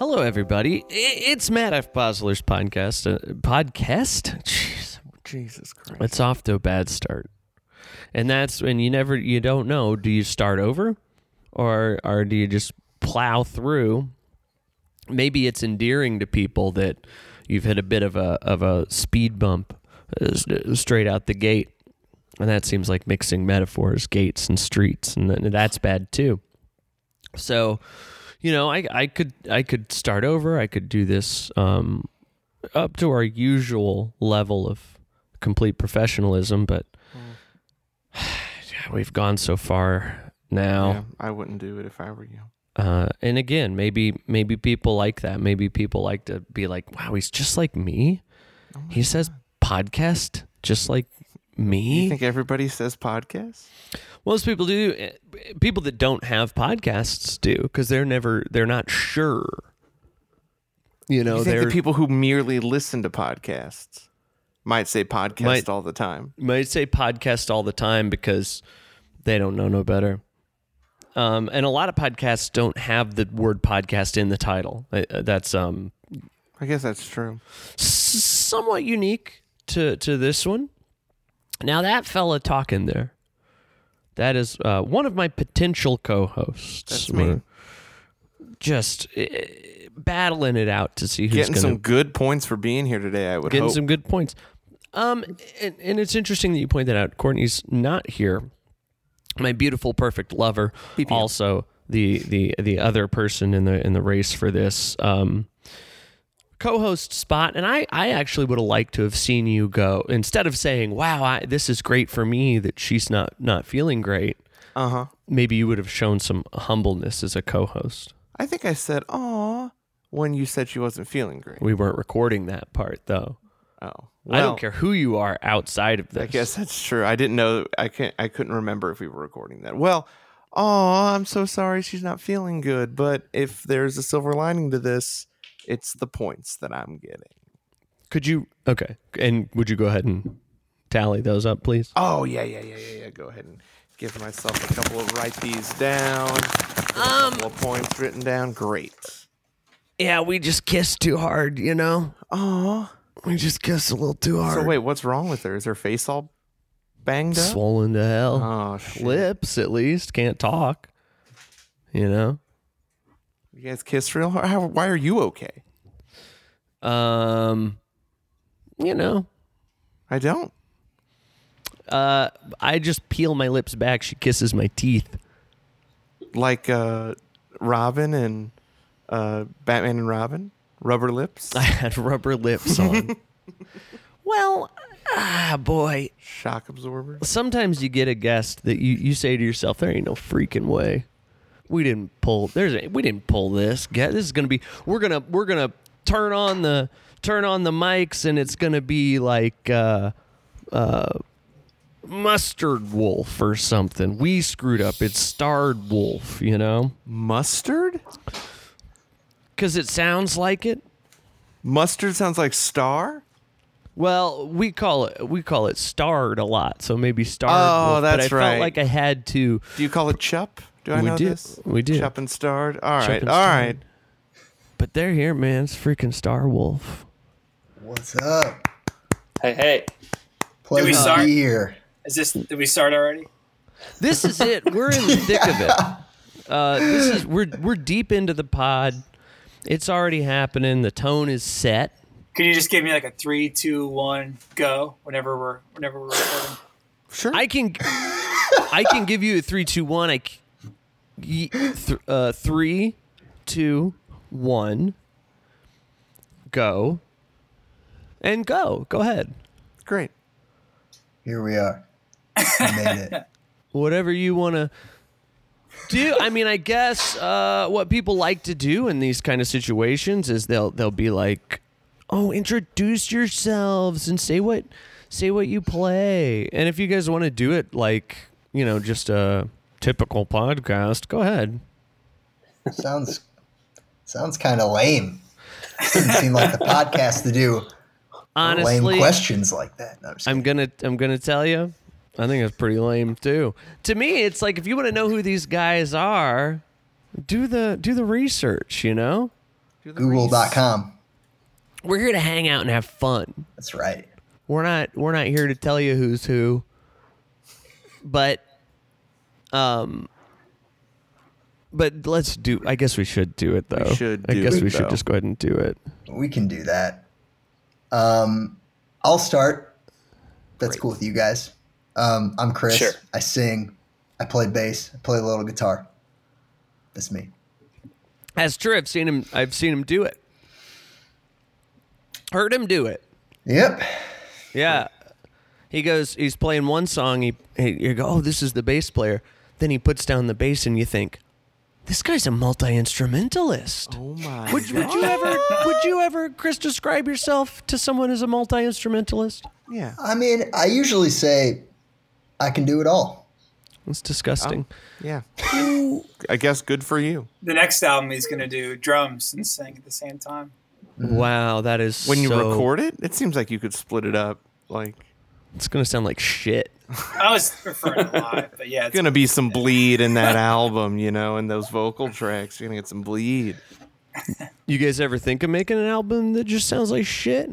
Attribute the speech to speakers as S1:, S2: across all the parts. S1: everybody. I- It's Matt F. Bosler's podcast. Uh, podcast? Jeez.
S2: Jesus Christ.
S1: It's off to a bad start. And that's when you never, you don't know. Do you start over or, or do you just plow through? Maybe it's endearing to people that you've hit a bit of a, of a speed bump uh, s- straight out the gate. And that seems like mixing metaphors, gates and streets. And th- that's bad too. So, you know, I, I could I could start over. I could do this um, up to our usual level of complete professionalism, but we've gone so far
S2: Yeah,
S1: now.
S2: I wouldn't do it if I were you.
S1: Uh, and again, maybe maybe people like that. Maybe people like to be like, "Wow, he's just like me."
S2: Oh my
S1: He says podcast just like me.
S2: You think everybody says podcast?
S1: Most people do. Eh, People that don't have podcasts do because they're never they're not sure. You know,
S2: you think
S1: they're
S2: the people who merely listen to podcasts might say podcast
S1: Might-
S2: all the time?
S1: might say podcast all the time because they don't know no better. Um, and a lot of podcasts don't have the word podcast in the title. Uh, uh, That's um,
S2: I guess that's true.
S1: s- somewhat unique to to this one. Now that fella talking there, that is uh, one of my potential co-hosts.
S2: That's me.
S1: We're Just uh, battling it out to see who's
S2: Getting
S1: gonna
S2: some good points for being here today, I would
S1: getting
S2: hope.
S1: some good points. Um, and, and it's interesting that you point that out. Courtney's not here. My beautiful, perfect lover, also the the the other person in the in the race for this um, co-host spot. And I I actually would have liked to have seen you go instead of saying, "Wow, I, this is great for me that she's not not feeling great."
S2: uh huh.
S1: Maybe you would have shown some humbleness as a co-host.
S2: I think I said "aw" when you said she wasn't feeling great.
S1: We weren't recording that part though.
S2: Oh,
S1: I
S2: Well,
S1: don't care who you are outside of this.
S2: I guess that's true. I didn't know. I can't. I couldn't remember if we were recording that. Well, oh, I'm so sorry. She's not feeling good. But if there's a silver lining to this, it's the points that I'm getting.
S1: Could you? Okay. And would you go ahead and tally those up, please?
S2: Oh yeah, yeah, yeah, yeah, yeah. Go ahead and give myself a couple of write these down. Get a couple of points written down. Great.
S1: Yeah, we just kissed too hard, you know?
S2: Oh.
S1: We just kissed a little too hard.
S2: So wait, what's wrong with her? Is her face all banged up?
S1: Swollen to hell.
S2: Oh shit.
S1: Lips, at least. Can't talk. You know?
S2: You guys kissed real hard. How, why are you okay?
S1: Um, you know?
S2: I don't.
S1: Uh, I just peel my lips back. She kisses my teeth.
S2: Like uh, Robin and uh, Batman and Robin, rubber lips.
S1: I had rubber lips on. well, ah, boy.
S2: Shock absorber.
S1: sometimes you get a guest that you, you say to yourself, there ain't no freaking way. We didn't pull there's a, we didn't pull this. Get this is gonna be we're gonna we're gonna turn on the turn on the mics and it's gonna be like uh uh mustard wolf or something. We screwed up. It's starred wolf, you know?
S2: Mustard?
S1: Cause it sounds like it.
S2: Mustard sounds like star.
S1: Well, we call it we call it starred a lot, so maybe starred
S2: Oh,
S1: wolf.
S2: that's
S1: but I
S2: right.
S1: felt like I had to
S2: Do you call it chup? Do I
S1: We
S2: know
S1: do.
S2: this?
S1: We do.
S2: Chup and starred. All right.
S1: and
S2: All
S1: starred.
S2: right.
S1: But they're here, man. It's freaking Star Wolf.
S3: What's up?
S4: Hey, hey.
S3: Pleasure to
S4: start?
S3: be here.
S4: Is this, did we start already?
S1: This is it. We're in the thick of it. Uh, this is we're we're deep into the pod. It's already happening. The tone is set.
S4: Can you just give me like a three, two, one, go whenever we're, whenever we're recording?
S2: Sure.
S1: I can I can give you a three, two, one. I c- y- th- uh, three, two, one. Go and go. Go ahead.
S2: Great.
S3: Here we are. We made it.
S1: whatever you want to do. I mean, I guess uh, what people like to do in these kind of situations is they'll they'll be like, "Oh, introduce yourselves and say what say what you play." And if you guys want to do it like you know just a typical podcast, go ahead.
S3: Sounds sounds kind of lame. Doesn't seem like the podcast to do lame
S1: Honestly,
S3: questions like that. No, I'm just
S1: I'm gonna I'm gonna tell you. I think it's pretty lame too. To me, it's like if you want to know who these guys are, do the do the research. You know.
S3: Google.com.
S1: We're here to hang out and have fun.
S3: That's right.
S1: We're not we're not here to tell you who's who. But um but let's do I guess we should do it though.
S2: should
S1: I
S2: do
S1: guess
S2: it,
S1: we
S2: though.
S1: should just go ahead and do it.
S3: We can do that. Um, I'll start. That's
S1: Great.
S3: cool with you guys. Um, I'm Chris.
S4: Sure.
S3: I sing. I play bass. I play a little guitar. That's me.
S1: That's true. I've seen him I've seen him do it. Heard him do it.
S3: Yep.
S1: Yeah. He goes, he's playing one song. He, he you go, oh, this is the bass player. Then he puts down the bass, and you think, this guy's a multi instrumentalist.
S2: Oh my
S1: Would, would you ever, would you ever, Chris, describe yourself to someone as a multi instrumentalist?
S2: yeah.
S3: I mean, I usually say I can do it all.
S1: That's disgusting.
S2: Yeah. I guess good for you.
S4: The next album he's gonna do drums and sing at the same time.
S1: wow, that is
S2: When you
S1: so-
S2: record it, it seems like you could split it up. Like
S1: It's gonna sound like shit.
S4: I was referring to live, but yeah, it's
S2: gonna be some bleed in that album, you know, and those vocal tracks. You're gonna get some bleed.
S1: You guys ever think of making an album that just sounds like shit?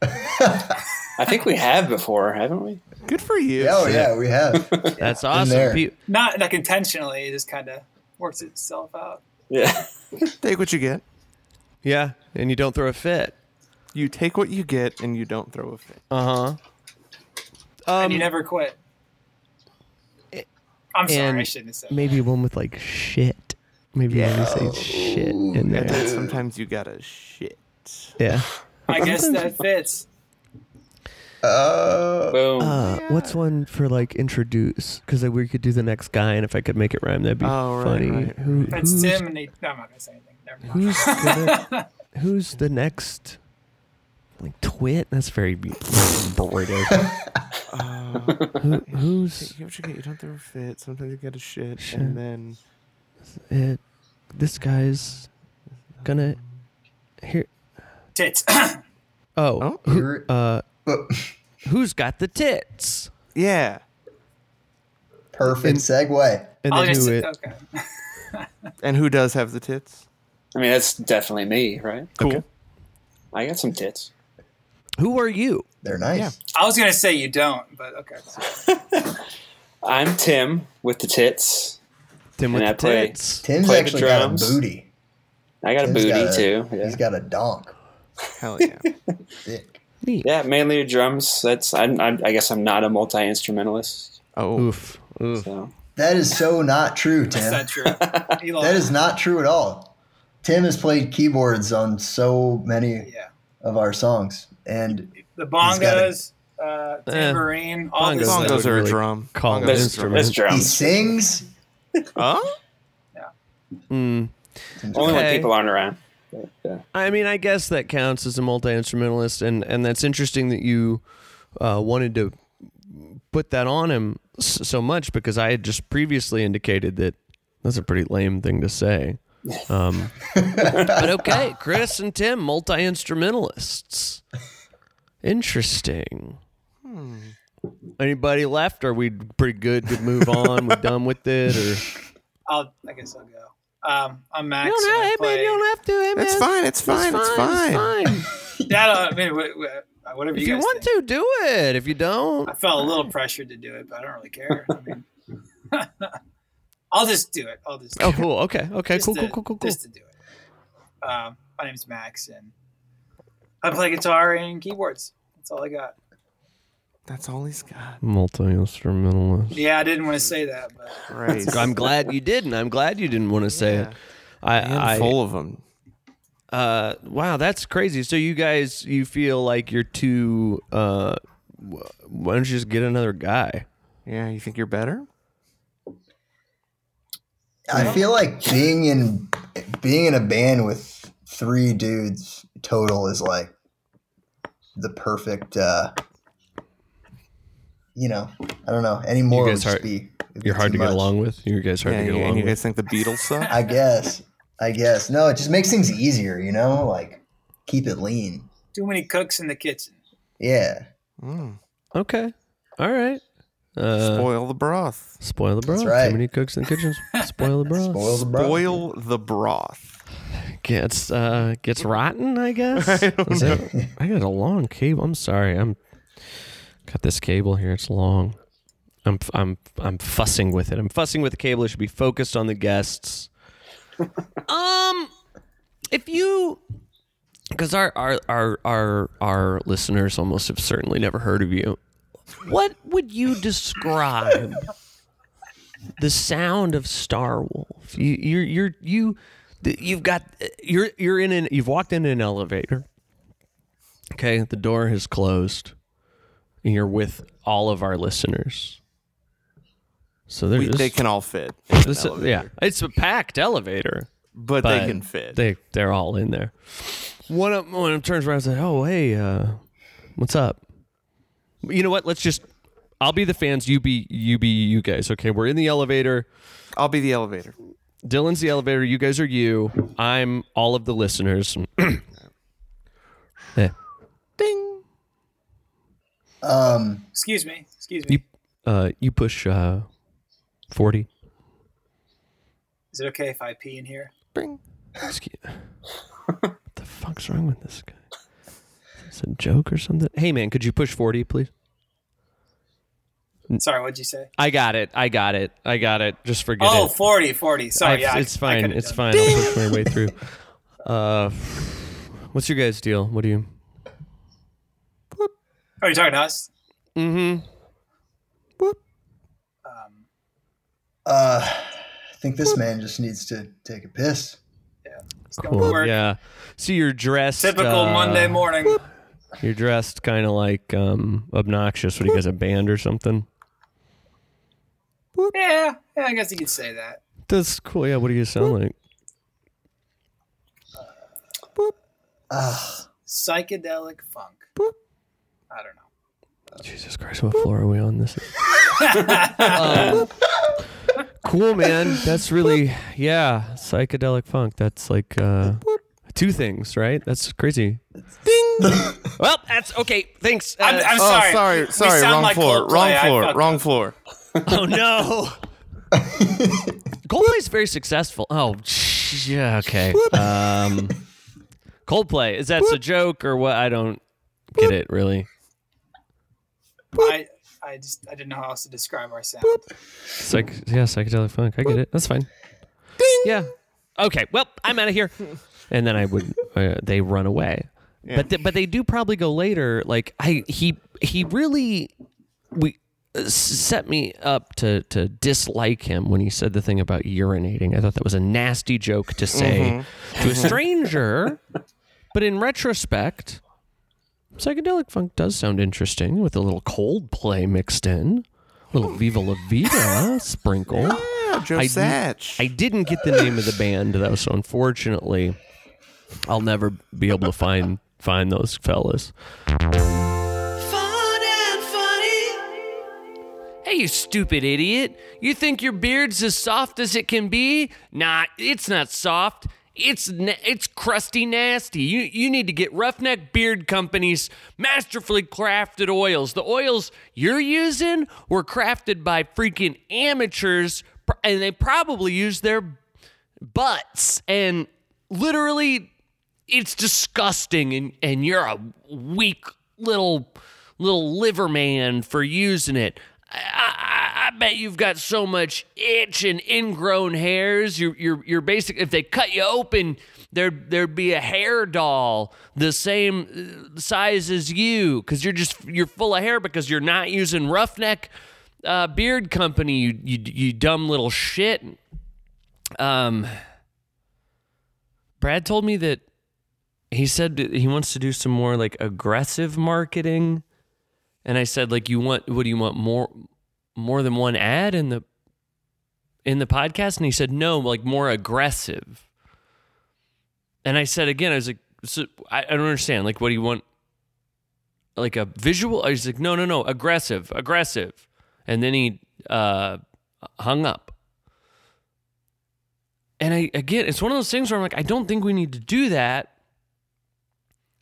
S5: I think we have before, haven't we?
S2: Good for you.
S3: Oh yeah, we have.
S1: That's
S3: there.
S1: awesome. Pe-
S4: not like intentionally. It just kind of works itself out.
S5: Yeah.
S2: Take what you get.
S1: yeah, and you don't throw a fit.
S2: You take what you get, and you don't throw a fit.
S1: Uh huh.
S4: and you never quit. I'm sorry, I
S1: and
S4: shouldn't have said. that.
S1: Maybe one with like shit. Maybe you say shit in
S2: And then
S1: there.
S2: sometimes you gotta shit.
S1: Yeah.
S4: I guess that fits.
S3: Uh,
S5: Boom.
S1: Uh, what's one for like introduce? Because we could do the next guy, and if I could make it rhyme, that'd be
S2: Oh, right,
S1: funny.
S2: right.
S1: Who,
S4: It's
S1: who's,
S4: Tim, and he, no, I'm not gonna say anything. Never mind.
S1: who's the ne- who's the next? Like twit? That's very b- British. Who, who's
S2: Take what you get. You don't throw a fit. Sometimes you gotta shit, and then
S1: it? This guy's gonna here.
S4: Tits.
S1: Oh,
S2: Oh.
S1: who,
S3: you're-
S1: uh,
S3: but-
S1: who's got the tits?
S2: yeah,
S3: perfect segue.
S1: And
S4: I'll
S1: then
S4: just
S1: who it?
S4: Oh, okay.
S2: and who does have the tits?
S5: I mean, that's definitely me, right?
S2: Cool.
S5: I got some tits.
S1: Who are you?
S3: They're nice.
S2: Yeah.
S4: I was gonna say you don't, but okay.
S5: I'm Tim with the tits.
S1: Tim with
S5: And I
S1: the
S5: play-
S1: tits.
S3: Tim's
S5: Play the
S3: actually got a
S5: drums.
S3: booty.
S5: I got a
S3: Tim's
S5: booty
S3: got a-
S5: too.
S3: He's
S5: Yeah.
S3: got a donk.
S2: Hell yeah.
S3: Thick.
S1: Neat.
S5: yeah, mainly drums. That's I'm, I'm, I guess I'm not a multi instrumentalist.
S2: Oh,
S1: Oof. Oof.
S5: So
S3: That is so not true,
S4: That's
S3: Tim.
S4: not true. He
S3: That
S4: lied.
S3: is not true at all. Tim has played keyboards on so many
S4: yeah.
S3: of our songs, and
S4: The
S3: He's got a-
S4: bongos, uh, tambourine, all
S1: Eh, Bongos.
S4: this.
S1: Bongos.
S4: stuff.
S2: bongos are a
S1: really
S2: drum.
S1: call
S2: Bongos
S1: it
S2: are a
S5: that's,
S1: instrument.
S5: that's
S3: he
S5: drums.
S3: sings.
S2: Huh?
S5: Oh?
S1: Mm.
S5: Only when
S1: Okay.
S5: people aren't around. But, yeah.
S1: I mean, I guess that counts as a multi instrumentalist, and and that's interesting that you uh, wanted to put that on him s- so much because I had just previously indicated that that's a pretty lame thing to say. Um, but okay, Chris and Tim, multi instrumentalists. Interesting.
S2: Hmm.
S1: Anybody left? Are we pretty good to move on? We're done with it, or
S4: I'll, I guess I'll go. Um, I'm Max.
S1: you don't
S4: and
S1: have,
S4: I
S1: hey, man,
S4: play-
S1: you don't have to, hey, man.
S2: It's fine. It's fine. It's fine.
S1: It's fine.
S4: Yeah, I, don't, I mean, wh- wh- whatever
S1: If
S4: you
S1: you
S4: guys
S1: want
S4: think.
S1: to, do it. If you don't,
S4: I felt a little pressured to do it, but I don't really care. I mean, I'll just do it. I'll just. Do
S1: oh,
S4: it.
S1: cool. Okay, okay,
S4: Just
S1: cool,
S4: to,
S1: cool, cool, cool, cool.
S4: Just to do it. Um, my name's Max, and I play guitar and keyboards. That's all I got.
S2: That's all he's got.
S1: Multi instrumentalist.
S4: Yeah, I didn't want to say that, but
S2: Right.
S1: I'm glad you didn't. I'm glad you didn't want to say it. I,
S2: full of them.
S1: I uh, wow, that's crazy. So you guys, you feel like you're too. Uh, wh- why don't you just get another guy?
S2: Yeah, you think you're better?
S3: I feel like being in being in a band with three dudes total is like the perfect. uh You know, I don't know. Any more
S1: guys
S3: would just
S1: hard-
S3: be. it'd be
S1: You're hard
S3: too
S1: to get
S3: much.
S1: along with. You guys hard
S2: yeah,
S1: to get
S2: you,
S1: along
S2: and you
S1: with.
S2: guys think the Beatles suck?
S3: I guess. I guess. No, it just makes things easier. You know, like keep it lean.
S4: too many cooks in the kitchen.
S3: Yeah.
S2: Mm.
S1: Okay, all right. Uh,
S2: Spoil the broth.
S1: spoil the broth.
S3: right.
S1: Too many cooks in the kitchen. Spoil the broth.
S3: Spoil the broth.
S2: Spoil the broth.
S1: gets uh gets rotten, I guess.
S2: I don't
S1: Is it- I got a long cable. I'm sorry. I'm got this cable here. It's long. I'm I'm I'm fussing with it. I'm fussing with the cable. It should be focused on the guests. um, if you, because our our our our our listeners almost have certainly never heard of you. What would you describe the sound of Star Wolf? You you're you're you. You've got you're you're in an you've walked into an elevator. Okay, the door has closed, and you're with all of our listeners. So they're
S2: We,
S1: just,
S2: they can all fit. in an
S1: this-
S2: elevator,
S1: yeah, it's a packed elevator.
S2: but,
S1: but
S2: they can fit.
S1: They they're all in there. One of one of them turns around and says, "Oh hey, uh, what's up? You know what? Let's just." I'll be the fans. You be you be you guys. Okay, we're in the elevator.
S2: I'll be the elevator.
S1: Dylan's the elevator. You guys are you. I'm all of the listeners. yeah.
S2: Ding.
S3: Um,
S4: Excuse me. Excuse me.
S1: You uh you push uh forty.
S4: Is it okay if I pee in here?
S2: Bing.
S1: Excuse- what the fuck's wrong with this guy? Is it a joke or something? Hey man, could you push forty, please?
S4: Sorry, what'd you say?
S1: I got it. I got it. I got it. Just forget
S4: Oh,
S1: it.
S4: 40, 40. Sorry,
S1: I've-
S4: yeah. I-
S1: it's
S4: I
S1: fine.
S4: could've
S1: It's
S4: done
S1: fine. I'll push my way through. Uh, what's your guys' deal? What do you?
S4: that. Are you Oh, talking to us?
S1: Mm-hmm.
S4: Um,
S3: uh, I think this man just needs to take a piss.
S4: it's gonna
S1: Cool.
S4: work.
S1: Yeah. See, you're dressed.
S4: Typical
S1: uh,
S4: Monday morning.
S1: You're dressed kind of like um obnoxious. What do you guys a band or something?
S4: Yeah, yeah, I guess you could say that.
S1: That's cool. Yeah. What do you sound like?
S3: Ah,
S4: Psychedelic funk. I don't know.
S1: Jesus Christ, what floor are we on this? Um, cool, man. That's really yeah, psychedelic funk. That's like uh, two things, right? That's crazy. well, that's okay. Thanks.
S4: I'm,
S1: Uh,
S4: I'm
S2: Oh,
S4: sorry.
S2: sorry,
S4: We
S2: sorry,
S4: sound
S2: wrong,
S4: like
S2: floor,
S4: Coldplay.
S2: wrong
S4: I
S2: floor,
S4: fucked
S2: wrong
S4: up.
S2: floor,
S1: oh no. Coldplay's very successful. Oh, sh- yeah. Okay. Um, Coldplay is that's a joke or what? I don't get it really.
S4: I, I just I didn't know how else to describe our sound.
S1: Psych, yeah, psychedelic funk. I get it. That's fine. Yeah. Okay. Well, I'm out of here. And then I would. Uh, they run away. But th- but they do probably go later. Like I he he really we uh, s- set me up to to dislike him when he said the thing about urinating. I thought that was a nasty joke to say to a stranger. but in retrospect, psychedelic funk does sound interesting with a little cold play mixed in. A little Viva La Vida sprinkle.
S2: Yeah, Joe
S1: I-
S2: Satch.
S1: I didn't get the name of the band though, so unfortunately, I'll never be able to find find those fellas. Hey, you stupid idiot! You think your beard's as soft as it can be? Nah, it's not soft. It's na- it's crusty nasty. You you need to get Roughneck Beard Company's masterfully crafted oils. The oils you're using were crafted by freaking amateurs, pr- and they probably used their butts and literally it's disgusting and and you're a weak little little liver man for using it I, I, I bet you've got so much itch and ingrown hairs. You're, you're, you're basic. If they cut you open, there there'd be a hair doll the same uh, size as you, because you're just you're full of hair because you're not using Roughneck uh, Beard Company. You, you you dumb little shit. Um, Brad told me that he said that he wants to do some more like aggressive marketing. And I said, like, you want what do you want more more than one ad in the in the podcast? And he said, no, like more aggressive. And I said again, I was like, so I, I don't understand. Like, what do you want? Like a visual? I was like, no, no, no, aggressive, aggressive. And then he uh, hung up. And I again, it's one of those things where I'm like, I don't think we need to do that.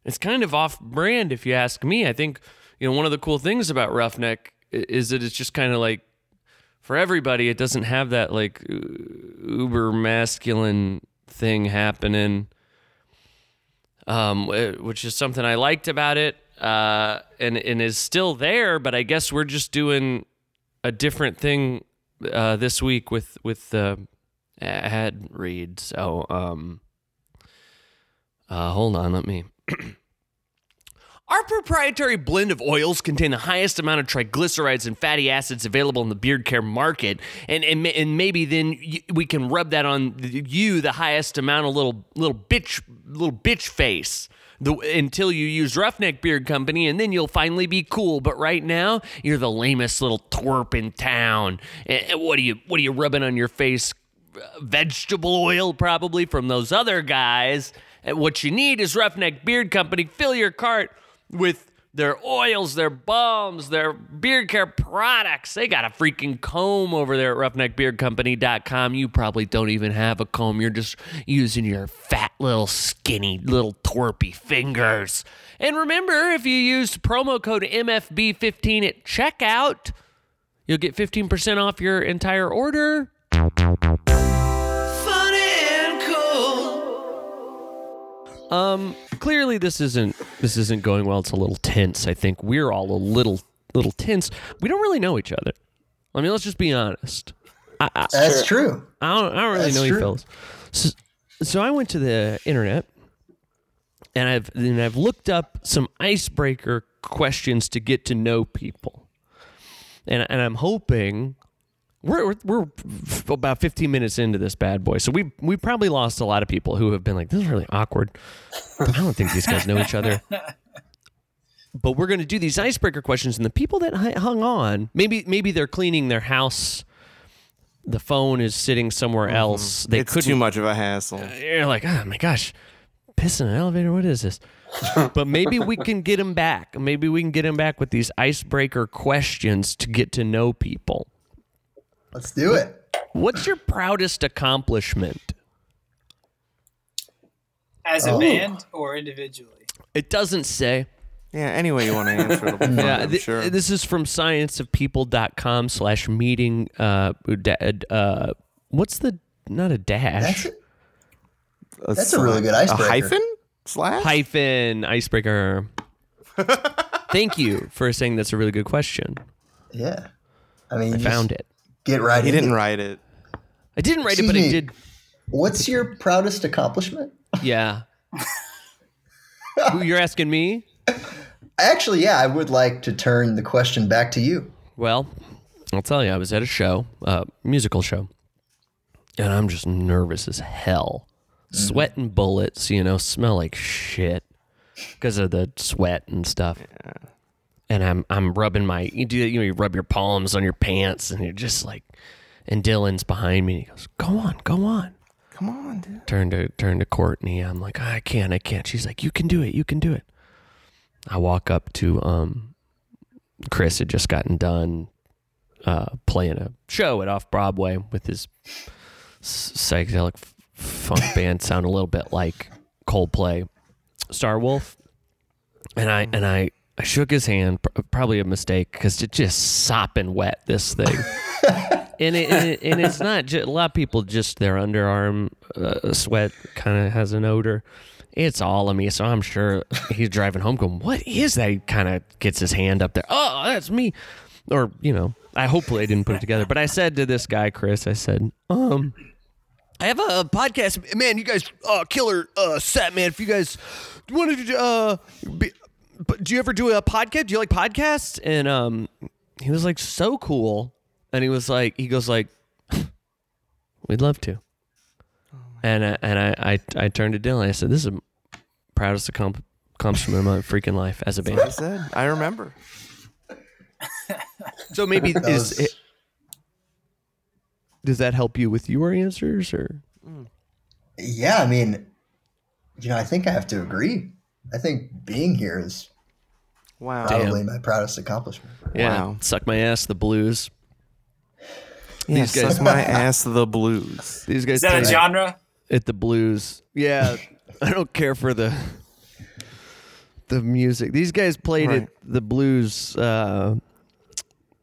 S1: It's kind of off brand, if you ask me. I think you know one of the cool things about Roughneck i- is that it's just kind of like for everybody. It doesn't have that like u- uber masculine thing happening. um, wh- which is something I liked about it, uh, and and is still there. But I guess we're just doing a different thing uh, this week with with the ad read. So, um, uh, hold on, let me. Our proprietary blend of oils contain the highest amount of triglycerides and fatty acids available in the beard care market, and and, ma- and maybe then y- we can rub that on you the highest amount of little little bitch little bitch face. The, until you use Roughneck Beard Company, and then you'll finally be cool. But right now, you're the lamest little twerp in town. Eh, eh, what are you? What are you rubbing on your face? vegetable oil probably from those other guys. And what you need is Roughneck Beard Company. Fill your cart with their oils, their balms, their beard care products. They got a freaking comb over there at roughneckbeardcompany.com. You probably don't even have a comb. You're just using your fat little skinny little twerpy fingers. And remember, if you use promo code MFB15 at checkout, you'll get 15% off your entire order. Um, clearly this isn't this isn't going well. It's a little tense. I think we're all a little little tense. We don't really know each other. I mean, let's just be honest. I, I,
S3: That's true.
S1: I don't, I don't really
S3: That's
S1: know you
S3: true.
S1: fellas. So, so I went to the internet and I've and I've looked up some icebreaker questions to get to know people, and and I'm hoping. We're, we're, we're f- about 15 minutes into this bad boy. So we we probably lost a lot of people who have been like, this is really awkward. I don't think these guys know each other. But we're going to do these icebreaker questions. And the people that hu- hung on, maybe maybe they're cleaning their house. The phone is sitting somewhere else. They
S2: Mm-hmm. it's
S1: couldn't
S2: too much of a hassle.
S1: you're like, oh my gosh, piss in an elevator. What is this? but maybe we can get him back. Maybe we can get him back with these icebreaker questions to get to know people.
S3: Let's do it.
S1: What's your proudest accomplishment?
S4: As a
S3: Oh.
S4: band or individually?
S1: It doesn't say.
S2: Yeah, anyway, you want to answer it.
S1: Yeah,
S2: Yeah,
S1: thi-
S2: sure.
S1: this is from scienceofpeople.com slash meeting. Uh, da- uh, what's the, not a dash,
S3: That's that's a really good icebreaker.
S2: A hyphen? Slash?
S1: hyphen icebreaker. Thank you for saying that's a really good question.
S3: yeah. I mean, you
S1: I found it.
S3: Get right.
S2: He
S3: in
S2: didn't
S3: it.
S2: write it.
S1: I didn't write it,
S3: Excuse
S1: but I
S3: me.
S1: did
S3: What's your proudest accomplishment?
S1: Yeah. Who you're asking me?
S3: Actually, yeah, I would like to turn the question back to you.
S1: Well, I'll tell you, I was at a show, a musical show, and I'm just nervous as hell. Sweating bullets, you know, smell like shit because of the sweat and stuff. And I'm I'm rubbing my you do you know you rub your palms on your pants and you're just like and Dylan's behind me and he goes, "Go on, go on."
S2: Come on, dude.
S1: Turn to turn to Courtney. I'm like, I can't, I can't. She's like, you can do it, you can do it. I walk up to um, Chris had just gotten done uh, playing a show at Off Broadway with his s- psychedelic f- funk band, sound a little bit like Coldplay, Star Wolf, and I and I. I shook his hand, pr- probably a mistake, because it's just sopping wet, this thing and it, and, it, and it's not just, a lot of people just their underarm uh, sweat kind of has an odor it's all of me so i'm sure he's driving home going what is that he kind of gets his hand up there oh that's me or you know i hopefully i didn't put it together but i said to this guy chris i said um I have a podcast, man. You guys, uh, killer, uh, set man. If you guys wanted to, uh, be, but do you ever do a podcast? Do you like podcasts? And um, he was like so cool, and he was like, he goes like, we'd love to.
S3: Oh
S1: And I, and I, I I turned to Dylan. I said, this is the proudest accom- accomplishment of my freaking life as a
S2: I
S1: band.
S2: said. I remember.
S1: So maybe
S3: That
S1: is
S3: was-
S1: it, does that help you with your answers or?
S3: Yeah, I mean, you know, I think I have to agree. I think being here is
S2: Wow.
S1: Damn.
S3: probably my proudest accomplishment.
S1: Yeah,
S2: Wow.
S1: suck my ass, the blues.
S2: Yeah,
S1: These guys-
S2: suck my ass the blues.
S1: These guys
S4: Is that a
S1: turn
S4: genre?
S1: at the blues. Yeah, I don't care for the the music. These guys played
S2: Right.
S1: at the blues uh,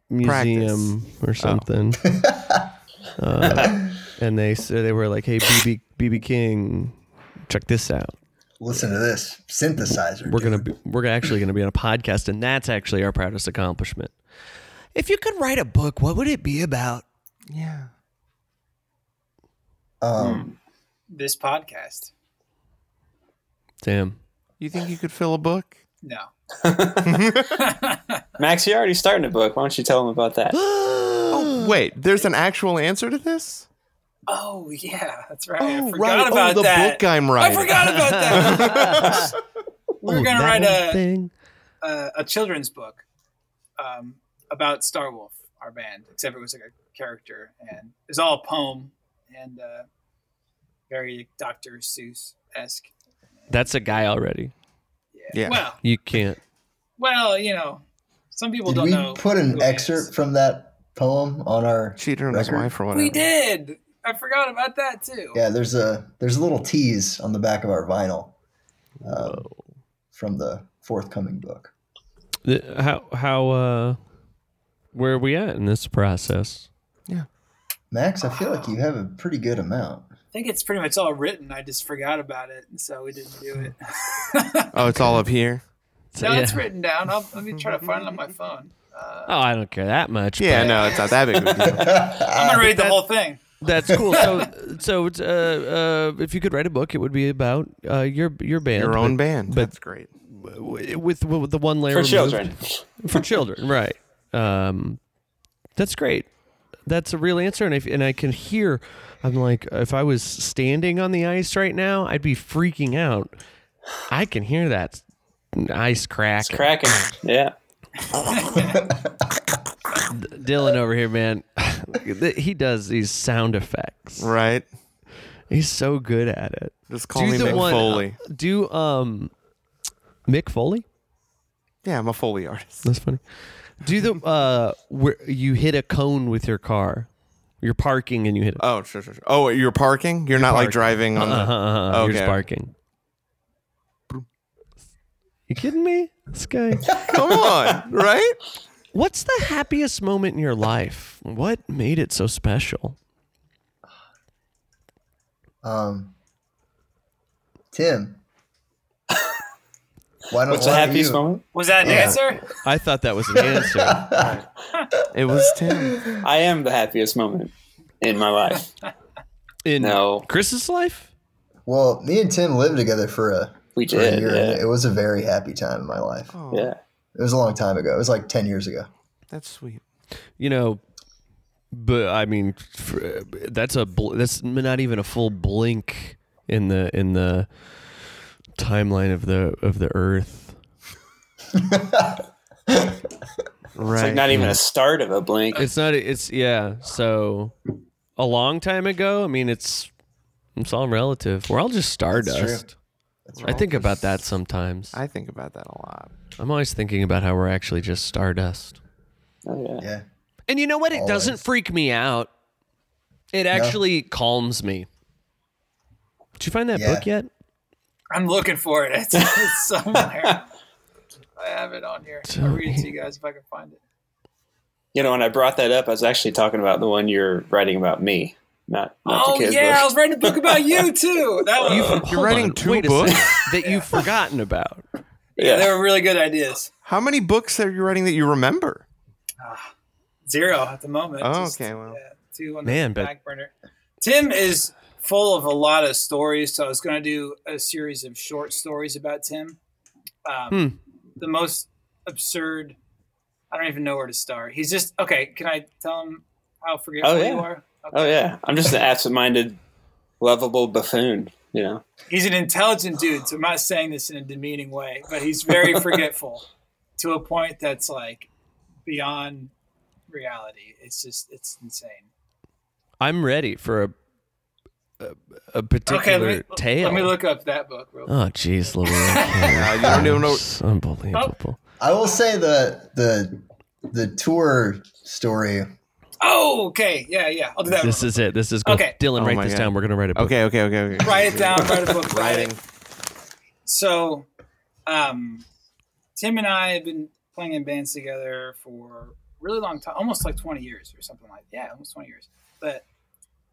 S1: museum or something, uh, and they said they were like, "Hey, BB BB King, check this out."
S3: Listen to this synthesizer.
S1: We're gonna be, we're actually gonna be on a podcast, and that's actually our proudest accomplishment. If you could write a book, what would it be about?
S2: Yeah.
S4: Hmm.
S3: Um,
S4: This podcast.
S1: Damn.
S2: You think you could fill a book?
S4: No.
S5: Max, you're already starting a book. Why don't you tell them about that?
S2: Oh, wait. There's an actual answer to this?
S4: oh yeah, that's right. I
S2: Oh,
S4: forgot
S2: right.
S4: about
S2: oh, the
S4: that.
S2: book I'm
S4: I
S2: writing.
S4: forgot about that. We're
S1: Oh,
S4: gonna
S1: that
S4: write
S1: one
S4: a-
S1: thing.
S4: uh, a children's book um, about Starwolf, our band, except it was like a character and it's all a poem and uh, very Dr. Seuss esque.
S1: That's a guy already.
S2: Yeah.
S4: Well,
S1: You can't.
S4: well, you know, some people
S3: did
S4: don't
S3: we
S4: know.
S3: put an
S4: who it
S3: excerpt
S4: is.
S3: from that poem on our?
S2: Cheater and his
S3: Record?
S2: wife or whatever.
S4: We did. I forgot about that too.
S3: Yeah, there's a there's a little tease on the back of our vinyl um, from the forthcoming book.
S1: The- How how uh, where are we at in this process?
S3: Max, I feel like you have a pretty good amount.
S4: I think it's pretty much all written. I just forgot about it, and so we didn't do it.
S2: Oh, it's all up here?
S1: So,
S4: no, it's
S1: yeah.
S4: written down. I'll, let me try to find it on my phone. Uh,
S1: Oh, I don't care that much.
S2: Yeah,
S1: but-
S2: no, it's not that big of a deal.
S3: Uh,
S4: I'm gonna read the
S1: that-
S4: whole thing.
S1: That's cool. So, so it's, uh, uh, if you could write a book, it would be about uh, your your band,
S2: Your own band.
S1: but-
S2: That's great.
S1: but w- with, with the one layer
S5: For
S1: removed.
S5: children.
S1: for children, right? Um, that's great. That's a real answer, and I and I can hear. I'm like, if I was standing on the ice right now, I'd be freaking out. I can hear that ice crack.
S5: It's cracking. Yeah.
S1: Dylan over here, man, he does these sound effects.
S2: Right?
S1: He's so good at it.
S2: Just call me Mick Foley.
S1: uh, do um, Mick Foley.
S2: Yeah, I'm a Foley artist.
S1: That's funny. Do the uh, where you hit a cone with your car, you're parking and you hit it.
S2: Oh, sure, sure, sure. Oh, you're parking? You're, not like
S1: parking.
S2: driving on
S1: Uh-huh, uh-huh. You're just
S2: Okay.
S1: barking. You kidding me? This guy.
S2: the. Come on, right?
S1: What's the happiest moment in your life? What made it so special?
S3: Um, Tim, why don't
S5: What's the
S3: why don't
S5: happiest
S3: you-
S5: moment?
S4: Was that an
S3: Yeah.
S4: answer?
S1: I thought that was an answer.
S2: It was Tim.
S5: I am the happiest moment in my life.
S1: In
S5: No.
S1: Chris's life?
S3: Well, me and Tim lived together for a,
S5: We
S3: for a
S5: did.
S3: year. and
S5: Yeah.
S3: It was a very happy time in my life.
S2: Oh,
S5: yeah.
S3: It was a long time ago. It was like ten years ago.
S2: That's sweet.
S1: You know, but I mean, f- that's a bl- that's not even a full blink in the in the timeline of the of the Earth.
S2: Right.
S5: It's like not even a start of a blink.
S1: It's not. It's yeah. So a long time ago. I mean, it's it's all relative. We're all just
S3: true.
S1: stardust. I think about that sometimes. I,
S2: I think about that a lot.
S1: am always thinking about how we're actually just stardust.
S5: Oh, yeah.
S3: Yeah.
S1: And you know what? It doesn't
S3: Always.
S1: freak me out. It actually calms me. Did you find that
S3: Yeah.
S1: book yet?
S4: I'm looking for it. It's, it's somewhere. I have it on here. I'll read it to you guys if I can find it.
S5: You know, when I brought that up, I was actually talking about the one you're writing about me, not not
S4: Oh
S5: the kids.
S4: yeah, I
S5: book.
S4: was writing a book about you too. That was
S1: You've,
S2: You're
S1: hold
S2: writing
S1: on,
S2: two
S1: wait a second,
S2: books?
S1: that you've forgotten about.
S4: yeah, they were really good ideas.
S2: How many books are you writing that you remember?
S4: Zero at the moment.
S2: Oh,
S4: Just,
S2: okay, well.
S4: yeah, two on
S1: Man,
S4: the
S1: but-
S4: back burner. Tim is full of a lot of stories, so I was going to do a series of short stories about Tim. Um,
S1: Hmm.
S4: The most absurd. I don't even know where to start. He's just okay. Can I tell him how forgetful
S5: Oh, yeah.
S4: you are? Okay.
S5: Oh yeah, I'm just an absent-minded, lovable buffoon. You know,
S4: he's an intelligent dude, so I'm not saying this in a demeaning way, but he's very forgetful to a point that's like beyond reality. It's just it's insane.
S1: I'm ready for a a, a particular
S4: okay, let me,
S1: tale.
S4: let me look up that book real quick.
S1: Oh, jeez, Louis. I
S2: you don't even know-
S1: It's
S4: Oh,
S1: unbelievable.
S3: I will say the the the tour story.
S4: Oh, okay, yeah, yeah. I'll do that.
S1: This
S4: one.
S1: is it. This is good.
S4: Okay.
S1: Dylan,
S2: Oh
S1: write
S2: my
S1: this
S2: God.
S1: down. We're gonna write a book.
S2: Okay, okay, okay, okay.
S4: write it down. Write a book. about it.
S2: Writing.
S4: So, um, Tim and I have been playing in bands together for a really long time, almost like 20 years or something like Yeah, almost 20 years. But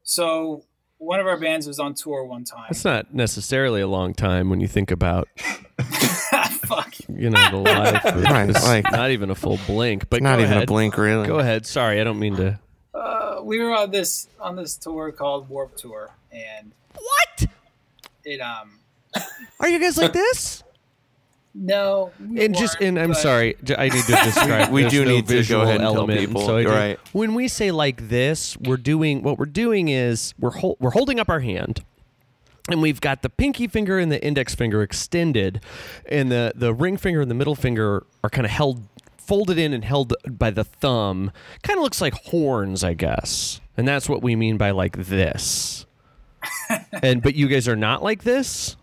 S4: so one of our bands was on tour one time.
S1: That's not necessarily a long time when you think about
S4: Fuck.
S1: you know the life.
S2: Right,
S1: It's
S2: like-
S1: not even a full blink, but
S2: Not
S1: go
S2: even
S1: ahead.
S2: a blink, really.
S1: Go ahead. Sorry, I don't mean to.
S4: Uh, we were on this on this tour called Warp Tour, and
S1: What
S4: it um
S1: are you guys like this?
S4: no we
S1: And just
S4: weren't,
S1: and I'm
S4: but
S1: sorry, j- I need to describe.
S2: we
S1: there's
S2: do
S1: no
S2: need to go
S1: visual
S2: ahead and tell
S1: element,
S2: people,
S1: So I do-
S2: right.
S1: When we say like this, we're doing what we're doing is we're hol- we're holding up our hand, and we've got the pinky finger and the index finger extended, and the the ring finger and the middle finger are kind of held folded in and held by the thumb. Kind of looks like horns, I guess, and that's what we mean by like this. and but you guys are not like this.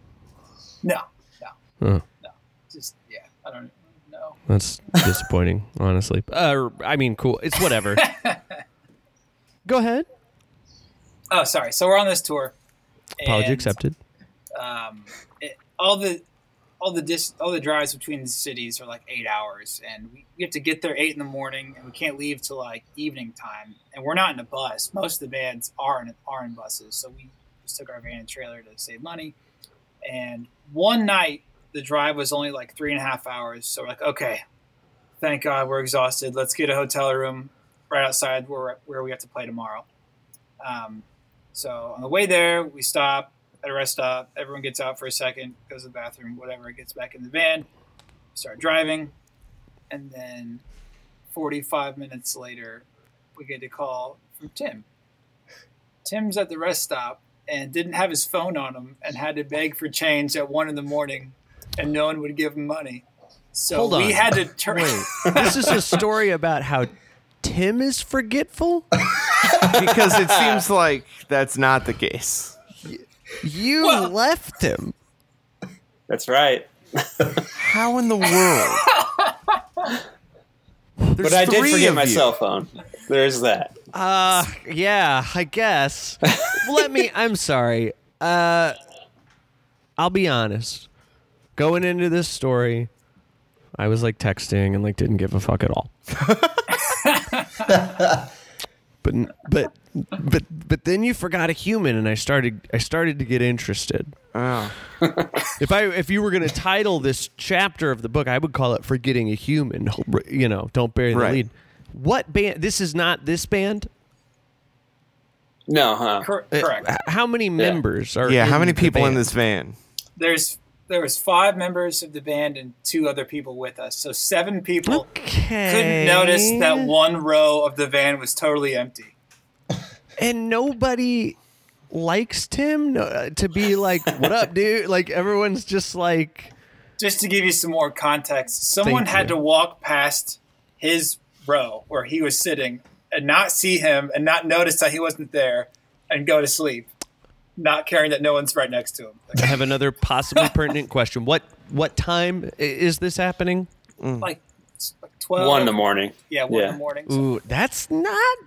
S4: no no
S1: Huh.
S4: no just yeah I don't know
S1: That's disappointing, honestly. Uh, I mean, cool. It's whatever. Go ahead.
S4: oh sorry so we're on this tour
S1: Apology
S4: and,
S1: accepted.
S4: um it, all the all the dis all the drives between the cities are like eight hours and we, we have to get there eight in the morning and we can't leave till like evening time and we're not in a bus most of the bands are in are in buses so we just took our van and trailer to save money and one night the drive was only like three and a half hours so we're like okay thank god we're exhausted let's get a hotel room right outside where, where we have to play tomorrow um, so on the way there we stop at a rest stop. Everyone gets out for a second, goes to the bathroom, whatever, gets back in the van, start driving. And then 45 minutes later, we get a call from Tim. Tim's at the rest stop and didn't have his phone on him and had to beg for change at one in the morning, and no one would give him money. So
S1: Hold on.
S4: we had to turn.
S1: Wait, this is a story about how Tim is forgetful.
S2: because it seems like that's not the case.
S1: You
S4: Well-
S1: left him.
S5: That's right.
S2: How in the world? There's
S5: but I did
S2: three
S5: forget
S2: of
S5: my
S2: you.
S5: cell phone. There's that.
S1: Uh, yeah, I guess. Let me. I'm sorry. Uh, I'll be honest. Going into this story, I was like texting and like didn't give a fuck at all. but but but but then you forgot a human, and I started I started to get interested.
S2: Oh.
S1: If I if you were going to title this chapter of the book, I would call it "Forgetting a Human." You know, don't bury the
S2: Right.
S1: lead. What band? This is not this band.
S5: No, huh?
S4: Cor-
S1: Uh,
S4: correct.
S1: h- how many members are?
S2: Yeah, how
S1: in
S2: many
S1: the
S2: people in
S1: band?
S2: this van?
S4: There's there was five members of the band and two other people with us, so seven people.
S1: Okay.
S4: couldn't notice that one row of the van was totally empty.
S1: And nobody likes Tim no, uh, to be like, "What up, dude?" Like everyone's just like,
S4: Just to give you some more context, someone
S1: Thank
S4: had
S1: you.
S4: to walk past his row where he was sitting and not see him and not notice that he wasn't there and go to sleep, not caring that no one's right next to him.
S1: "I have another possibly pertinent question. What what time i- is this happening?"
S4: Like, it's like 12.
S5: One in the morning.
S4: Yeah, one in the morning. So
S1: Ooh, that's not.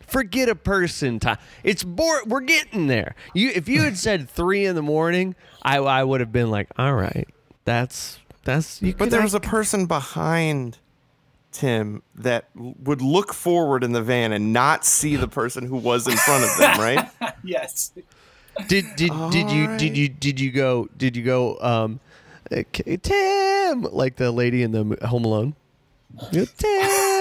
S1: Forget a person time. It's bore. We're getting there. You, if you had said three in the morning, I, I would have been like, all right, that's that's. You
S2: But
S1: could-
S2: there was a person behind Tim that l- would look forward in the van and not see the person who was in front of them, right?
S4: yes.
S1: did did did you did
S2: Alright.
S1: you did you go did you go um, uh, K- Tim like the lady in the mo- Home Alone. You go, Tim.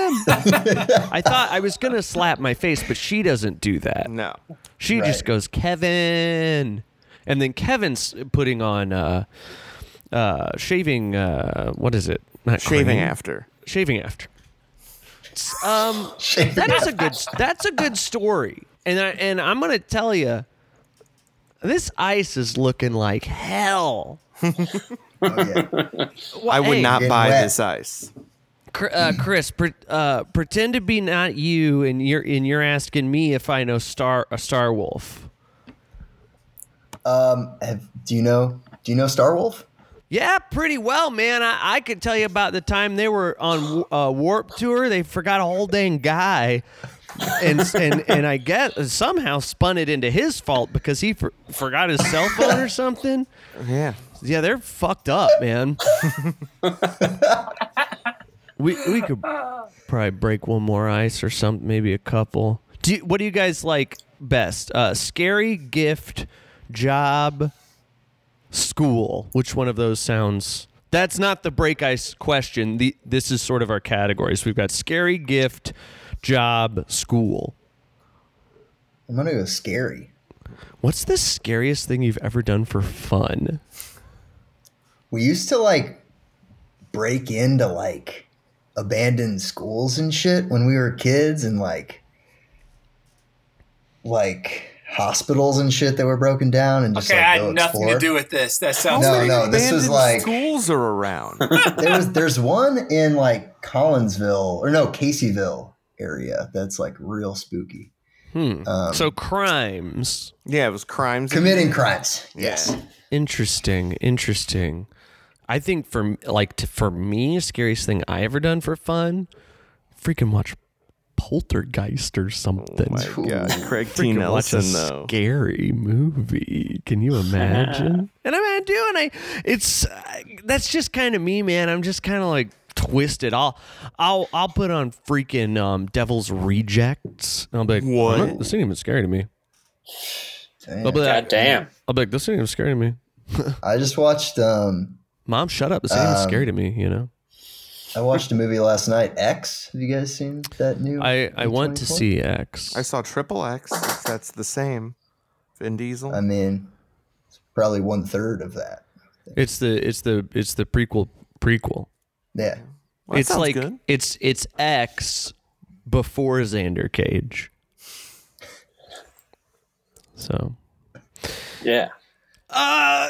S1: I thought I was gonna slap my face, but she doesn't do that.
S2: No.
S1: She just
S3: Right.
S1: goes, Kevin. And then Kevin's putting on uh, uh, shaving. Uh, what is it? Not
S2: Shaving
S1: cream.
S2: after.
S1: Shaving after. It's, Um,
S3: Shit.
S1: that is a good. That's a good story. And I, and I'm gonna tell you, this ice is looking like hell.
S3: Oh, yeah.
S2: I would
S1: Hey,
S2: not
S3: Getting
S2: buy
S3: wet.
S2: this ice.
S1: Cr- uh, Chris, pre- uh, pretend to be not you, and you're and you're asking me if I know Star a Star Wolf.
S3: Um, have, do you know? Do you know Star Wolf?
S1: Yeah, pretty well, man. I, I could tell you about the time they were on uh, Warp Tour. They forgot a whole dang guy, and and and I guess somehow spun it into his fault because he for, forgot his cell phone or something.
S2: Yeah.
S1: Yeah, they're fucked up, man. we we could probably break one more ice or something, maybe a couple. Do you, what do you guys like? best? Uh, scary gift, job, school. Which one of those sounds? That's not the break ice question. The, this is sort of our categories. We've got scary gift, job, school.
S3: I'm gonna go scary.
S1: What's the scariest thing you've ever done for fun?
S3: We used to like break into like abandoned schools and shit when we were kids and like like hospitals and shit that were broken down and just
S4: Okay,
S3: like
S4: I
S1: oh,
S3: go
S4: had nothing
S3: explore.
S4: to do with this. That sounds
S3: No,
S4: like
S3: no, this was
S2: Abandoned
S3: like-
S2: schools are around.
S3: there was there's one in like Collinsville or no Caseyville area that's like real spooky.
S1: Hmm.
S3: Um,
S1: so crimes.
S2: yeah, it was crimes.
S3: committing crimes.
S2: Yeah.
S3: Yes.
S1: Interesting. Interesting. I think for like t- for me, scariest thing I ever done for fun, freaking watch Poltergeist or something.
S2: My God, Craig T.
S1: freaking watch a
S2: Nelson though.
S1: scary movie. Can you imagine? and I'm mean, doing I it's uh, that's just kind of me, man. I'm just kind of like twisted. I'll I'll I'll put on freaking um Devil's Rejects. And I'll be like,
S2: What?
S1: "Huh? This ain't even scary to me.
S3: Damn.
S1: I'll be like,
S5: God damn.
S1: I'll be like, this ain't even scary to me.
S3: I just watched um
S1: Mom, shut up. This ain't even
S3: Um,
S1: scary to me. You know.
S3: I watched a movie last night, X. Have you guys seen that new
S1: I, I want to
S3: A24?
S1: see X.
S2: I saw Triple X. if That's the same. Vin Diesel.
S3: I mean it's probably one third of that.
S1: It's the it's the it's the prequel prequel.
S3: Yeah.
S2: Well, that
S1: it's
S2: sounds
S1: like
S2: good.
S1: it's it's X before Xander Cage. So,
S5: Yeah.
S1: uh,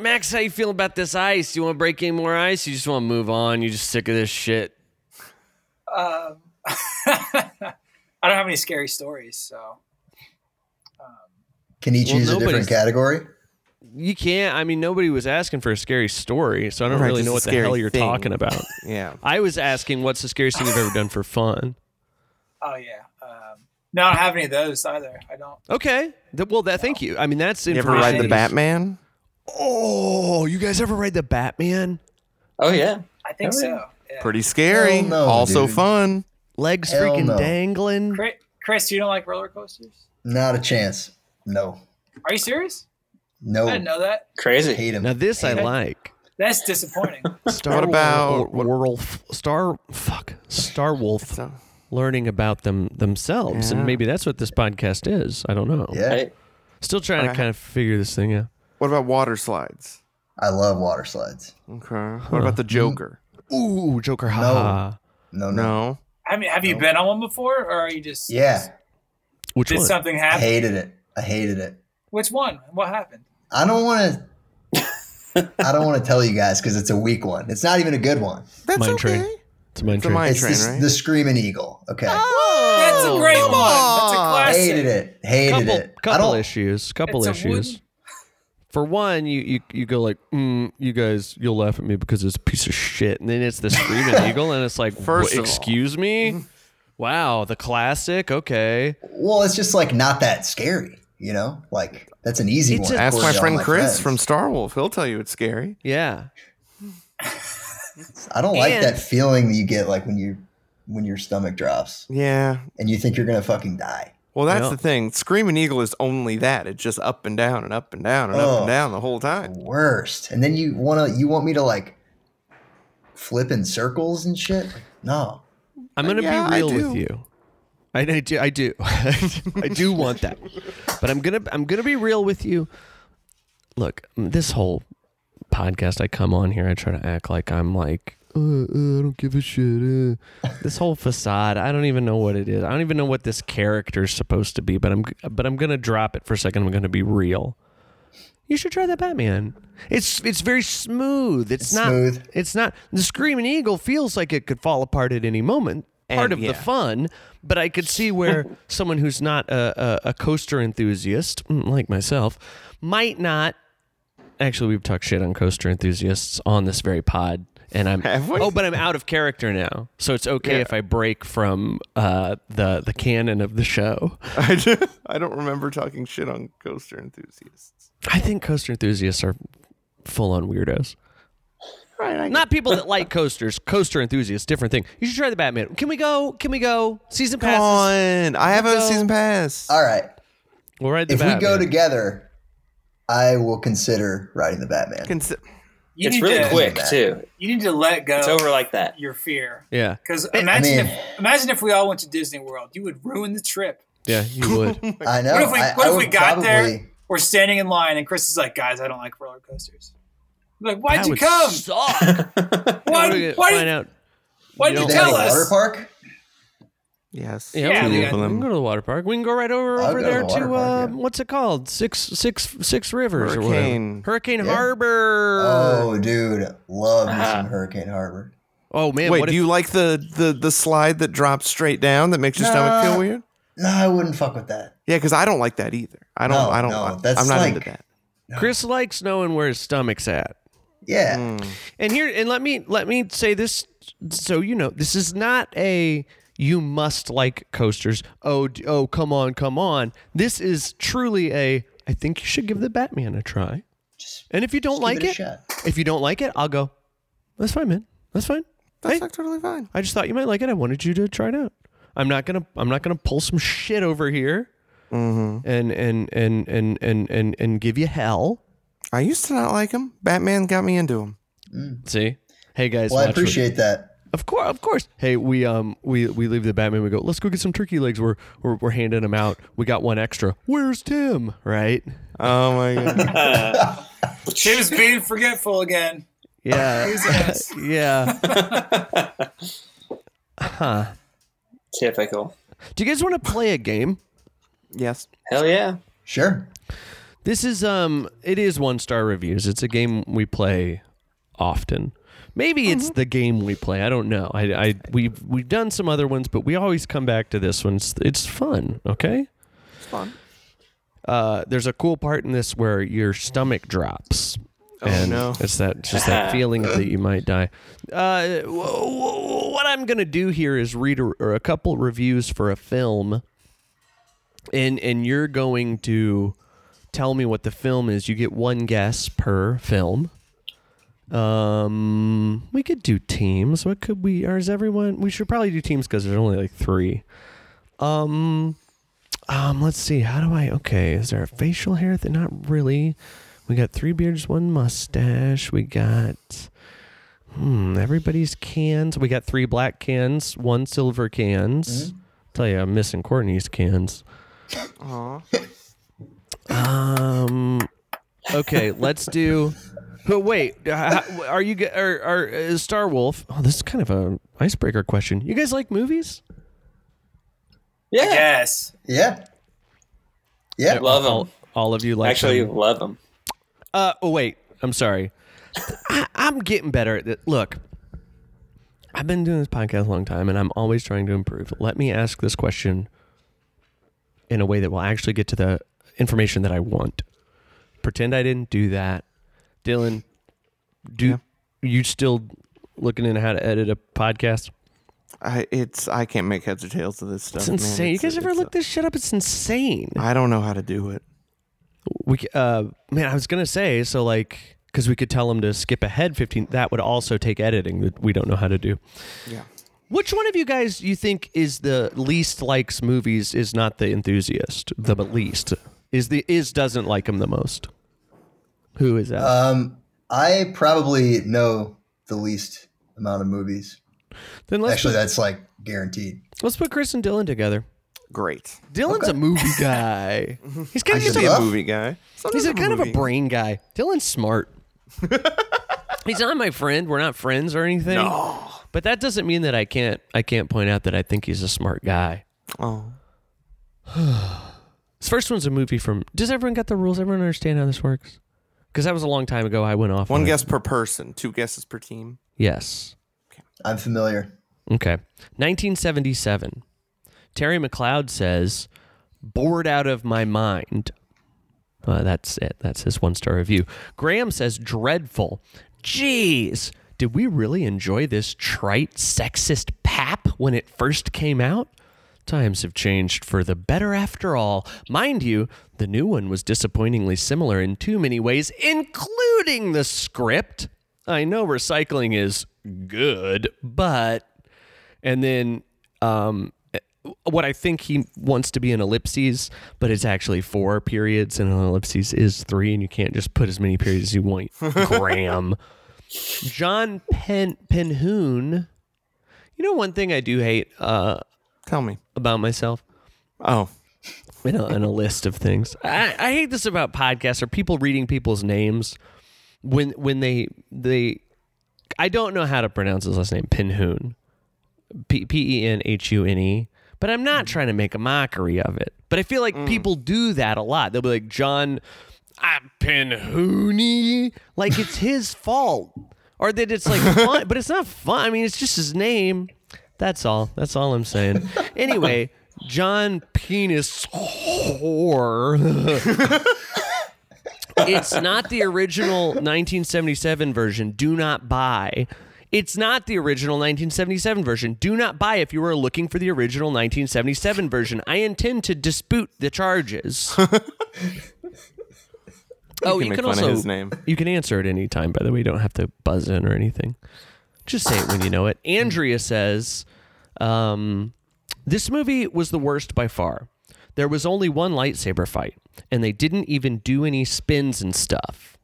S1: Max, how you feel about this ice? You want to break any more ice? You just want to move on? You just sick of this shit?
S4: Um, I don't have any scary stories, so
S3: Can he
S1: Well,
S3: choose a different
S1: nobody's-
S3: category?
S1: You can't. I mean, nobody was asking for a scary story, so I don't
S2: Right,
S1: really
S2: just
S1: know
S2: a
S1: what the
S2: scary
S1: hell you're
S2: thing.
S1: talking about.
S2: Yeah.
S1: I was asking, what's the scariest thing you've ever done for fun?
S4: oh yeah. Um, no, I don't have any of those either. I don't.
S1: Okay. Th- well, that. Thank you. I mean, that's
S2: You ever ride
S1: information
S2: the
S1: that is-
S2: Batman?
S1: Oh, you guys ever ride the Batman?
S5: Oh yeah.
S4: I think
S3: Oh, yeah.
S4: so. Yeah.
S2: Pretty scary.
S3: Hell no,
S2: also
S3: dude.
S2: fun.
S1: Legs
S3: Hell
S1: freaking
S3: no.
S1: dangling.
S4: Chris, Chris, you don't like roller coasters?
S3: Not a chance. No.
S4: Are you serious? I didn't
S3: No.
S4: know that.
S5: Crazy.
S3: Hate him.
S1: Now this I
S3: Hate him.
S1: like.
S4: That's disappointing.
S1: Star
S2: What about-
S1: Wolf, or, Wolf- Star fuck Star Wolf
S2: So
S1: learning about them themselves,
S2: Yeah.
S1: and maybe that's what this podcast is. I don't know.
S3: Yeah. Uh-huh.
S5: Right?
S1: Still trying to
S2: Okay.
S1: kind of figure this thing out.
S2: what about water slides?
S3: I love water slides.
S2: Okay. What about the Joker?
S1: Ooh, Joker, haha.
S3: No, no.
S2: No.
S4: I mean, have you
S3: No.
S4: been on one before, or are you just
S3: Yeah.
S1: Which
S4: Did
S1: one?
S4: something
S3: I
S4: happen?
S3: hated it. I hated it.
S4: Which one? What happened?
S3: I don't want to. I don't want to tell you guys because it's a weak one. It's not even a good one.
S2: That's
S1: Mine
S2: okay.
S1: train. It's a mind
S2: It's a
S1: trick.
S2: mind
S3: it's
S2: train,
S3: the,
S2: right?
S3: the screaming eagle. Okay,
S2: Oh.
S4: That's a great
S1: come
S4: one. Ah, That's a
S2: on.
S4: classic.
S3: hated it. Hated
S1: couple,
S3: it. I
S1: couple
S3: don't.
S1: issues. Couple
S4: It's a
S1: issues.
S4: wooden-
S1: For one, you, you you go like, mm, you guys, you'll laugh at me because it's a piece of shit, and then it's the screaming eagle, and it's like,
S2: First
S1: "Wha-
S2: of all."
S1: excuse me, wow, the classic, okay,
S3: Well, it's just like not that scary. You know, like that's an easy
S1: It's
S3: one.
S1: a-
S2: Ask
S3: for
S2: my
S3: all
S2: friend Chris
S3: friends.
S2: from Star Wolf. He'll tell you it's scary.
S1: yeah,
S3: I don't like
S1: and-
S3: that feeling that you get like when you when your stomach drops
S2: Yeah.
S3: and you think you're gonna fucking die.
S2: Well, that's
S1: Yeah.
S2: the thing. Screaming Eagle is only that. It's just up and down and up and down and up
S3: Oh.
S2: and down the whole time.
S3: Worst. And then you wanna you want me to like flip in circles and shit. No.
S1: I'm gonna
S2: Yeah,
S1: be
S2: I
S1: real with
S2: do.
S1: you. I, I do, I do, I do want that, but I'm gonna I'm gonna be real with you. Look, this whole podcast, I come on here, I try to act like I'm like, uh, uh, I don't give a shit. Uh. This whole facade, I don't even know what it is. I don't even know what this character is supposed to be. But I'm but I'm gonna drop it for a second. I'm gonna be real. You should try that Batman. It's it's very smooth. It's,
S3: It's
S1: not
S3: smooth.
S1: it's not the screaming eagle feels like it could fall apart at any moment. Part
S2: And,
S1: of the
S2: yeah.
S1: fun, but I could see where someone who's not a, a, a coaster enthusiast mm, like myself might not. Actually, we've talked shit on coaster enthusiasts on this very pod, and I'm
S2: Have we?
S1: oh, but I'm out of character now, so it's okay if I break from uh, the the canon of the show.
S2: I, do, I don't remember talking shit on coaster enthusiasts.
S1: I think coaster enthusiasts are full on weirdos.
S2: Right. I,
S1: Not people that like coasters, coaster enthusiasts, different thing. You should try the Batman. Can we go? Can we go? Season
S2: come
S1: passes.
S2: on. I have a
S1: No.
S2: season pass.
S3: All right.
S1: We'll ride the
S3: If we
S1: Batman.
S3: go together, I will consider riding the Batman.
S2: Cons-
S4: You
S5: it's
S4: need
S5: really
S4: to,
S5: quick too.
S4: You need to let go
S5: It's over like that.
S4: your fear.
S1: yeah,
S4: Because imagine
S3: mean-
S4: if imagine if we all went to Disney World, you would ruin the trip.
S1: yeah, you would.
S3: I know.
S4: What if we-
S3: I-
S4: what
S3: I
S4: if we
S3: would
S4: got there?
S3: probably-
S4: We're standing in line, and Chris is like, "Guys, I don't like roller coasters." I'm like, why'd
S1: That
S4: you
S1: would
S4: come?
S1: Suck.
S4: Why?
S1: We're gonna
S4: Why?
S1: find
S4: did-
S1: out.
S4: Why'd
S1: you
S4: you
S1: don't
S3: Did they have
S4: tell
S3: a water
S4: us?
S3: park?
S2: yes.
S1: Yeah,
S4: Yeah,
S1: we,
S4: we
S1: can,
S4: got-
S1: we can go to the water park. We can go right over
S3: I'll
S1: over
S3: go to
S1: there
S3: the
S1: to,
S3: water
S1: uh,
S3: park, yeah.
S1: what's it called? Six six six rivers or whatever.
S2: Hurricane.
S1: Hurricane
S3: Yeah.
S1: Harbor.
S3: Oh, dude, love me some
S1: Uh-huh.
S5: Ah.
S3: Hurricane Harbor.
S1: Oh, man,
S2: Wait,
S1: what
S2: do
S1: if,
S2: you like the, the the slide that drops straight down that makes your stomach
S3: Nah.
S2: feel weird?
S3: No, I wouldn't fuck with that.
S2: Yeah, because I don't like that either. I don't.
S3: No,
S2: I don't.
S3: no,
S2: I-
S3: that's
S2: I'm not into
S3: like-
S2: that.
S1: Chris likes knowing where his stomach's at.
S3: Yeah,
S2: Mm.
S1: And here and let me let me say this so you know, this is not a you must like coasters. Oh, d- oh, come on, come on. This is truly a I think you should give the Batman a try.
S3: Just
S1: And if you don't
S3: give
S1: like
S3: it a
S1: it,
S3: shot.
S1: if you don't like it, I'll go. That's fine, man. That's fine.
S2: That's
S1: Hey.
S2: like totally fine.
S1: I just thought you might like it. I wanted you to try it out. I'm not gonna I'm not gonna pull some shit over here
S2: hmm
S3: Mm-hmm.
S1: and and and and and and, and give you hell.
S2: I used to not like him. Batman got me into him.
S1: See? Hey guys,
S3: Well, I
S1: watch what-
S3: appreciate that.
S1: Of course, of course. Hey, we um we we leave the Batman. We go. Let's go get some turkey legs. We're we're, we're handing them out. We got one extra. Where's Tim? Right?
S2: Oh my god.
S4: Tim's being forgetful again.
S1: Yeah.
S4: Jesus.
S1: yeah. huh.
S5: Typical.
S1: Do you guys want to play a game?
S2: yes.
S5: Hell yeah.
S3: Sure.
S1: This is um it is one star reviews. It's a game we play often. Maybe it's the game we play. I don't know. I I we've we've done some other ones, but we always come back to this one. It's, it's fun, okay?
S2: It's fun.
S1: Uh there's a cool part in this where your stomach drops.
S2: Oh,
S1: and
S2: no.
S1: It's that just that feeling that you might die. Uh, wh- wh- what I'm gonna do here is read a, or a couple reviews for a film, and and you're going to tell me what the film is. You get one guess per film. Um, we could do teams. What could we? Or is everyone? We should probably do teams because there's only like three. Um, um, let's see. How do I? Okay, is there a facial hair thing? Not really. We got three beards, one mustache. We got. Hmm, everybody's cans. We got three black cans, one silver cans. Tell you, I'm missing Courtney's cans.
S2: Aw.
S1: Um. Okay, let's do. But wait, h- h- are you g- are are uh, Star Wolf? Oh, this is kind of a icebreaker question. You guys like movies?
S5: Yeah.
S4: Yes.
S3: Yeah. Yeah.
S5: Love
S1: All,
S5: them.
S1: all of you like
S5: Actually,
S1: them.
S5: love them.
S1: Uh, oh wait, I'm sorry. I, I'm getting better at this. Look, I've been doing this podcast a long time, and I'm always trying to improve. Let me ask this question in a way that will actually get to the information that I want. Pretend I didn't do that, Dylan. Do you still looking into how to edit a podcast?
S2: I it's I can't make heads or tails of this stuff.
S1: It's
S2: man.
S1: insane. you
S2: It's-
S1: guys ever
S2: it's-
S1: look this shit up? It's insane.
S2: I don't know how to do it.
S1: we c- uh man i was gonna say so like because we could tell them to skip ahead 15 that would also take editing that we don't know how to do
S2: Yeah.
S1: which one of you guys you think is the least likes movies is not the enthusiast the least is the is doesn't like them the most who is that
S3: Um, I probably know the least amount of movies.
S1: then let's
S3: Actually,
S1: put,
S3: that's like guaranteed.
S1: let's put chris and dylan together
S2: Great.
S1: dylan's a movie guy he's kind
S3: I
S1: of
S3: should
S1: just
S2: Be
S1: a
S2: a
S3: Love?
S2: movie guy. Sometimes
S1: He's a
S2: I'm
S1: kind of a
S2: movie.
S1: brain guy. Dylan's smart. He's not my friend. We're not friends or anything. But that doesn't mean that I can't I can't point out that I think he's a smart guy.
S2: Oh.
S1: This first one's a movie from Does everyone got the rules? Everyone understand how this works? Because that was a long time ago. I went off.
S2: One
S1: on it.
S2: guess per person, two guesses per team.
S1: Yes.
S3: I'm familiar.
S1: Okay. 1977. Terry McLeod says, bored out of my mind. Uh, that's it. That's his one star review. Graham says, dreadful. Jeez, did we really enjoy this trite sexist pap when it first came out? Times have changed for the better after all. Mind you, the new one was disappointingly similar in too many ways, including the script. I know recycling is good, but and then um, what I think he wants to be an ellipses, but it's actually four periods, and an ellipses is three, and you can't just put as many periods as you want. Graham, John Pen Penhoon. You know, one thing I do hate uh,
S2: Tell me.
S1: about myself.
S2: Oh,
S1: in a, in a list of things. I, I hate this about podcasts or people reading people's names when when they they I don't know how to pronounce his last name Pinhoon P P E N H U N E. But I'm not trying to make a mockery of it. But I feel like people do that a lot. They'll be like John I'm Pinhoony, like it's his fault, or that it's like fun, but it's not fun. I mean, it's just his name. That's all. That's all I'm saying. Anyway, John Penis whore. it's not the original 1977 version. Do not buy. It's not the original 1977 version. Do not buy if you are looking for the original 1977 version. I intend to dispute the charges. oh,
S2: you can make fun of his name.
S1: you can answer at any time, by the way. You don't have to buzz in or anything. Just say it when you know it. Andrea says, um, This movie was the worst by far. There was only one lightsaber fight, and they didn't even do any spins and stuff.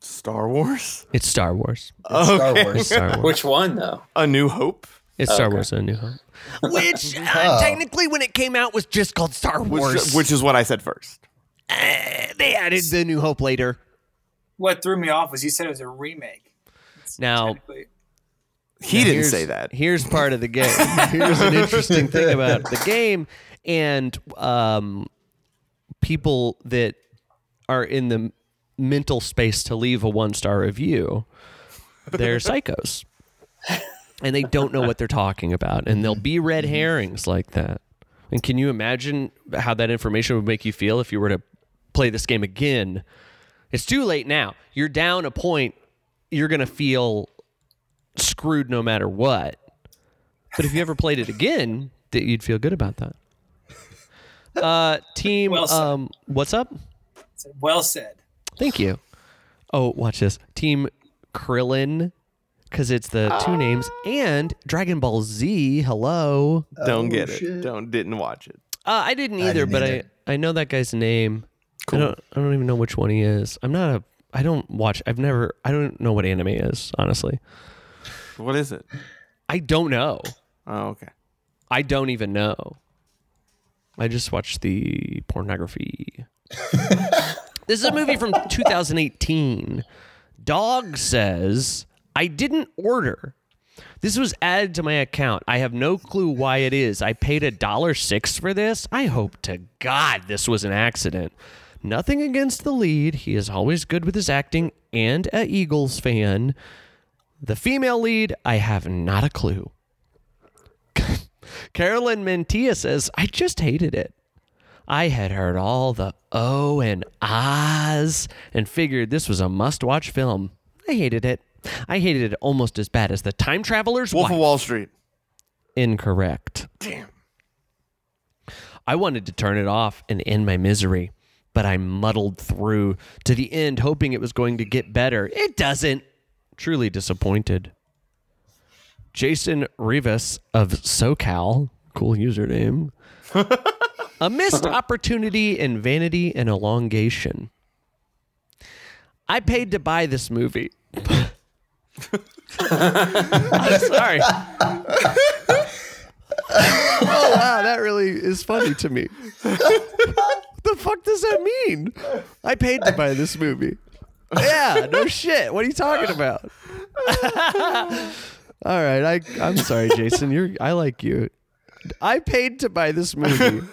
S2: Star Wars?
S1: It's Star Wars.
S3: Star Wars.
S1: Star Wars.
S5: Which one though?
S2: A New Hope?
S1: It's Star Wars A New Hope. Which, uh,
S3: Oh.
S1: technically, when it came out, was just called Star Wars.
S2: Which, uh, which is what I said first.
S1: Uh, they added The New Hope later.
S4: What threw me off was you said it was a remake.
S1: Now,
S4: Technically,
S2: He
S1: Now,
S2: didn't
S1: here's-
S2: say that.
S1: Here's part of the game. Here's an interesting thing about the game and um, people that are in the mental space to leave a one star review. They're psychos, and they don't know what they're talking about, and they'll be red herrings like that. And can you imagine how that information would make you feel if you were to play this game again? It's too late now. You're down a point. You're gonna feel screwed no matter what. But if you ever played it again, that you'd feel good about that. Uh, team,
S4: Well said.
S1: um, what's up?
S4: it's well said.
S1: Thank you. Oh, watch this. Team Krillin, because it's the two names,
S4: Ah.
S1: and Dragon Ball Z. Hello.
S2: Don't
S3: Oh,
S2: get it.
S3: shit.
S2: Don't didn't watch it.
S1: Uh, I didn't either,
S3: didn't
S1: but
S3: either.
S1: I I know that guy's name. I don't I don't even know which one he is. I'm not a I don't watch. I've never. I don't know what anime is. Honestly,
S2: What is it?
S1: I don't know.
S2: Oh, okay.
S1: I don't even know. I just watched the pornography. this is a movie from 2018. Dog says, I didn't order. This was added to my account. I have no clue why it is. I paid a dollar six for this. I hope to God this was an accident. Nothing against the lead. He is always good with his acting and a Eagles fan. The female lead, I have not a clue. Carolyn Mentia says, I just hated it. I had heard all the oh and ahs and figured this was a must watch film. I hated it. I hated it almost as bad as The Time Traveler's
S2: Wolf
S1: Wife.
S2: of Wall Street.
S1: Incorrect. Damn. I wanted to turn it off and end my misery, but I muddled through to the end, hoping it was going to get better. It doesn't. Truly disappointed. Jason Rivas of SoCal, cool username. a missed opportunity in vanity and elongation. I paid to buy this movie. I'm sorry. Oh wow, that really is funny to me. the fuck does that mean? I paid to buy this movie. Yeah, no shit. What are you talking about? All right, I I'm sorry, Jason. You're I like you. I paid to buy this movie.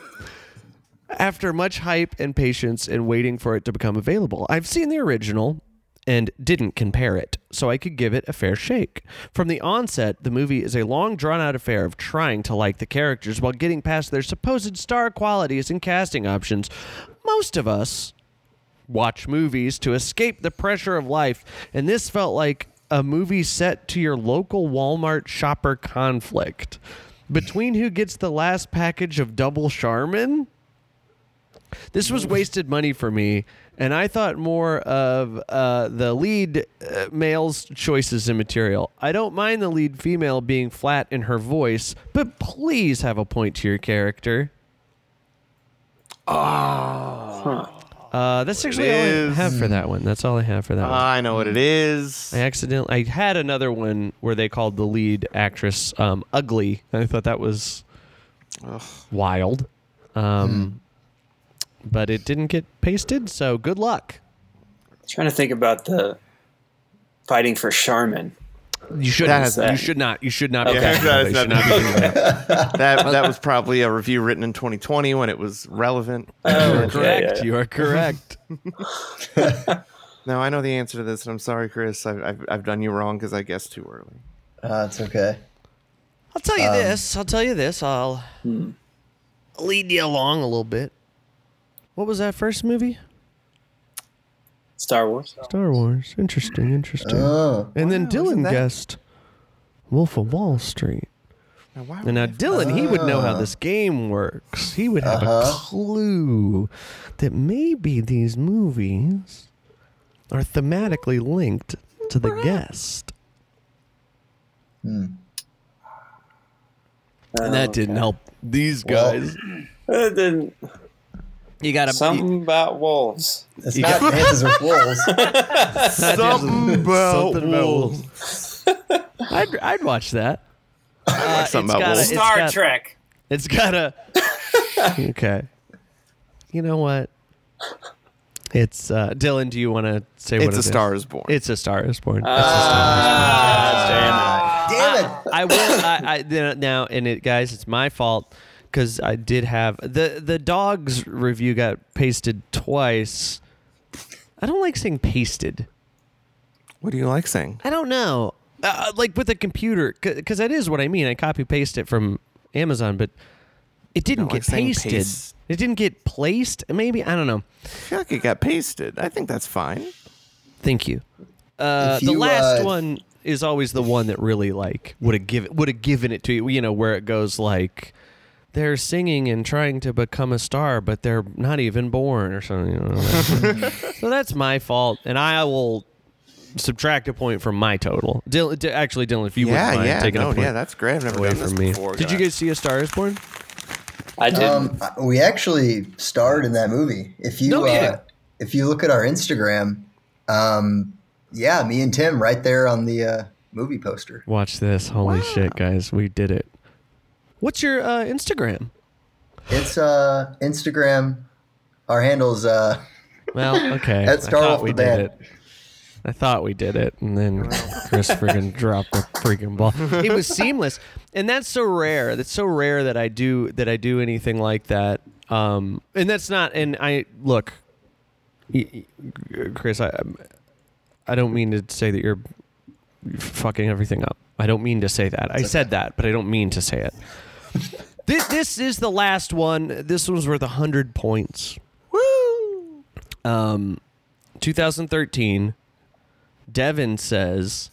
S1: After much hype and patience and waiting for it to become available, I've seen the original and didn't compare it, so I could give it a fair shake. From the onset, the movie is a long drawn out affair of trying to like the characters while getting past their supposed star qualities and casting options. Most of us watch movies to escape the pressure of life, and this felt like a movie set to your local Walmart shopper conflict. Between who gets the last package of double Charmin? This was wasted money for me, and I thought more of uh, the lead uh, male's choices in material. I don't mind the lead female being flat in her voice, but please have a point to your character.
S5: Huh.
S1: Uh, that's actually all I
S2: is-
S1: have for that one. That's all I have for that one.
S2: I know what it is.
S1: I accidentally I had another one where they called the lead actress um, ugly. I thought that was wild, um,
S2: Hmm.
S1: but it didn't get pasted. So good luck.
S5: Trying to think about the fighting for Charmin.
S1: You should.
S2: That has-
S1: You should not. You should not.
S5: Okay.
S1: Be talking about it. You
S2: That's
S1: should
S2: not-
S1: not be doing that.
S2: That that was probably a review written in 2020 when it was relevant.
S5: Oh,
S1: You are correct.
S5: yeah.
S1: You are correct.
S2: No, I know the answer to this, and I'm sorry, Chris. I've I've, I've done you wrong because I guessed too early.
S3: Uh, it's okay.
S1: I'll tell
S2: Um,
S1: you this. I'll tell you this. I'll
S2: hmm.
S1: lead you along a little bit. What was that first movie?
S5: Star Wars.
S1: Star Wars. Interesting. Interesting.
S3: Oh,
S1: and then
S2: wow, isn't
S1: Dylan
S2: that-
S1: guessed Wolf of Wall Street.
S2: Now, why would
S1: And now
S2: I-
S1: Dylan, he would know
S2: Ah.
S1: how this game works. He would have
S2: Uh-huh.
S1: a clue that maybe these movies are thematically linked to the guest.
S2: Hmm.
S1: And that didn't help these
S3: Well,
S1: guys.
S5: Uh, then
S1: you got
S5: something
S4: e-
S5: about wolves.
S3: it's not dances with wolves.
S2: something about wolves.
S1: I'd, I'd watch that.
S2: Like something
S1: Uh, it's
S2: about
S1: gotta-
S2: wolves.
S1: It's
S4: Star
S1: got-
S4: Trek.
S1: It's got a. okay. You know what? It's uh, Dylan. Do you want to say what
S2: It's
S1: it
S2: a
S1: is?
S2: Star Uh. Is Born.
S1: It's a Star Is Born.
S3: Damn it!
S1: I will. I, I then- now and it, guys, it's my fault because I did have the the dogs review got pasted twice. I don't like saying pasted.
S2: What do you like saying?
S1: I don't know. Uh, like with a computer, because that is what I mean. I copy paste it from Amazon, but it didn't
S2: Not like
S1: get
S2: saying
S1: pasted.
S2: paste.
S1: It didn't get placed. Maybe I don't know.
S2: I feel like it got pasted. I think that's fine.
S1: Thank you. Uh,
S3: If you,
S1: the last
S3: uh,
S1: one is always the one that really like would have given would have given it to you. You know where it goes like they're singing and trying to become a star, but they're not even born or something. you know, that- so that's my fault, and I will subtract a point from my total. Dylan, d- actually, Dylan, if you wouldn't
S2: yeah,
S1: mind
S2: yeah,
S1: taking
S2: no,
S1: a point
S2: yeah. That's great. I've never
S1: away
S2: done this
S1: from me.
S2: before.
S1: Did you guys see a Star Is Born?
S5: I did.
S3: Um, we actually starred in that movie. If you
S1: No kidding.
S3: uh, if you look at our Instagram, um, yeah, me and Tim right there on the uh, movie poster.
S1: Watch this! Holy shit, guys, we did it. What's your uh, Instagram?
S3: It's uh, Instagram. Our handles. Uh,
S1: Well, okay.
S3: That's
S1: I
S3: Star
S1: thought
S3: Wolf
S1: we
S3: the
S1: did
S3: Band.
S1: it. I thought we did it, and then Chris freaking dropped the freaking ball. It was seamless, and that's so rare. That's so rare that I do that I do anything like that. Um, and that's not. And I look, y- y- Chris. I um, I don't mean to say that you're fucking everything up. I don't mean to say that. I said that, but I don't mean to say it. this, this is the last one. This one's worth hundred points. Um, 2013, Devin says,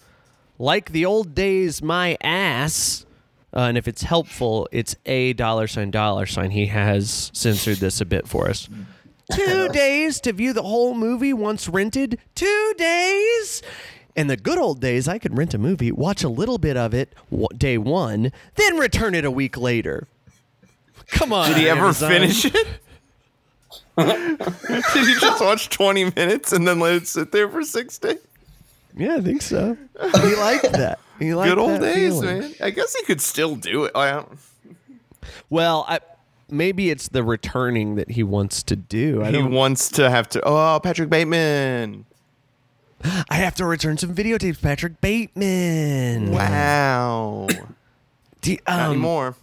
S1: like the old days, my ass. Uh, and if it's helpful, it's a dollar sign, dollar sign. He has censored this a bit for us. Two days to view the whole movie once rented. Two days. In the good old days, I could rent a movie, watch a little bit of it w- day one, then return it a week later. Come on.
S2: Did he ever
S1: Amazon.
S2: finish it? Did he just watch 20 minutes and then let it sit there for six days?
S1: Yeah, I think so. He liked that. He liked
S2: Good old
S1: that
S2: days,
S1: feeling.
S2: man. I guess he could still do it. I don't,
S1: Well, I, maybe it's the returning that he wants to do. I
S2: he
S1: don't.
S2: wants to have to. Oh, Patrick Bateman.
S1: I have to return some videotapes, Patrick Bateman.
S2: Wow.
S1: Do, you-
S2: Not
S1: um,
S2: anymore.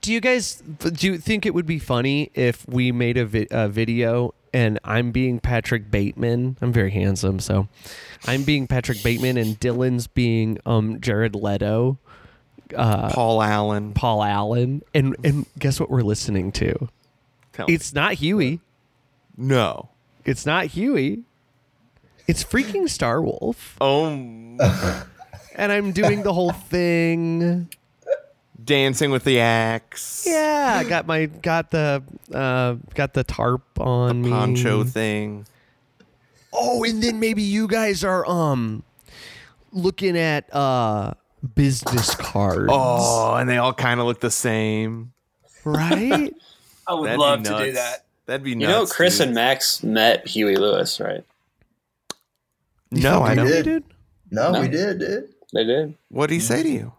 S1: do you guys do you think it would be funny if we made a, vi- a video and I'm being Patrick Bateman? I'm very handsome, so I'm being Patrick Bateman and Dylan's being um Jared Leto,
S2: Paul Allen.
S1: Paul Allen, and and guess what we're listening to?
S2: Tell me.
S1: It's not Huey.
S2: no.
S1: It's not Huey. It's freaking Star Wolf.
S2: Oh,
S1: and I'm doing the whole thing.
S2: Dancing with the axe.
S1: Yeah, I got my got the uh, got the tarp on me.
S2: Poncho thing.
S1: Oh, and then maybe you guys are um looking at uh business cards.
S2: Oh, and they all kind of look the same.
S1: right?
S4: I would
S2: That'd be
S4: love to do
S2: nuts.
S4: that.
S2: That'd be
S5: You
S2: nuts.
S5: know, Chris
S2: dude.
S5: and Max met Huey Lewis, right?
S2: No, I
S3: We
S2: don't.
S3: did.
S1: Dude,
S3: No,
S5: No.
S3: we did, dude.
S5: They did.
S2: What did he say to you?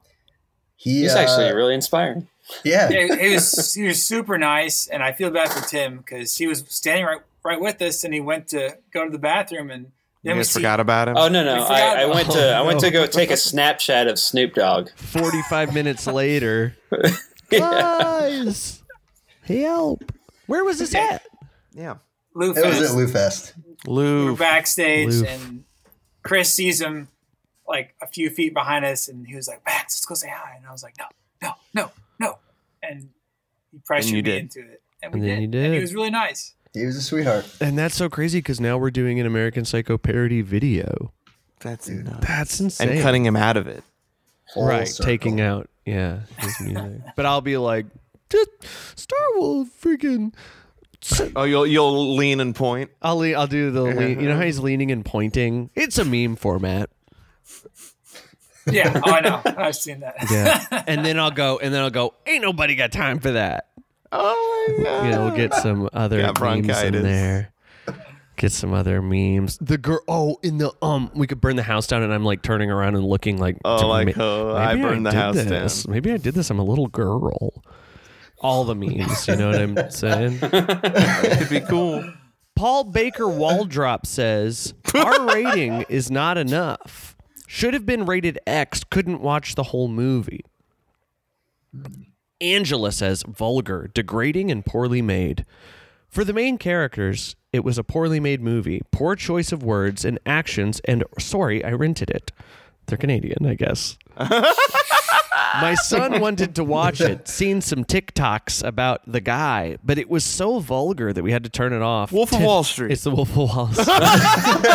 S3: He,
S5: He's
S3: uh,
S5: actually really inspiring.
S3: yeah.
S4: Yeah, he was he was super nice, and I feel bad for Tim because he was standing right right with us, and he went to go to the bathroom, and
S2: You
S4: then we
S2: guys
S4: see
S2: forgot about him.
S5: Oh no, no,
S4: We forgot
S5: I, I went
S1: about-
S5: to I went
S1: Oh,
S5: to
S1: no.
S5: go take a Snapchat of Snoop Dogg.
S1: forty five minutes later.
S5: Yeah.
S1: Guys, help! Where was this at?
S2: yeah,
S4: Lou
S3: It was
S4: Fest.
S3: at Lou Fest.
S4: We were
S2: Lou.
S4: backstage,
S1: Loof.
S4: and Chris sees him like a few feet behind us, and he was like, "Max, let's go say hi," and I was like, "No, no, no, no," and he pressured
S2: And you
S4: me
S2: did.
S4: into it, and we
S1: And then
S4: did.
S1: you
S4: And he
S1: did.
S4: was really nice.
S3: He was a sweetheart.
S1: And that's so crazy because now we're doing an American Psycho parody video.
S2: That's nuts.
S1: That's insane.
S2: And cutting him out of it.
S3: Full
S1: right,
S3: circle.
S1: taking out yeah his music. but I'll be like, just Star Wars freaking.
S2: Oh, you'll you'll lean and point.
S1: I'll le- I'll do the lean. You know how he's leaning and pointing. It's a meme format.
S4: Yeah, oh, I know. I've seen that.
S1: Yeah. and then I'll go. And then I'll go. Ain't nobody got time for that.
S2: Oh my god.
S1: You know, we'll get some other
S2: Got
S1: memes in
S2: bronchitis.
S1: there. Get some other memes. The girl. Oh, in the um, we could burn the house down, and I'm like turning around and looking like.
S2: Oh, like,
S1: "Ma-
S2: oh, I
S1: maybe
S2: burned the
S1: did
S2: house
S1: this.
S2: down."
S1: Maybe I did this. I'm a little girl. All the memes. You know what I'm saying?
S2: It'd be cool.
S1: Paul Baker Waldrop says our rating is not enough. Should have been rated X. Couldn't watch the whole movie. Angela says vulgar, degrading, and poorly made. For the main characters, it was a poorly made movie, poor choice of words and actions, and sorry, I rented it. They're Canadian, I guess. My son wanted to watch it, seen some TikToks about the guy, but it was so vulgar that we had to turn it off.
S2: Wolf of
S1: Ten-
S2: Wall Street.
S1: It's the Wolf of Wall Street.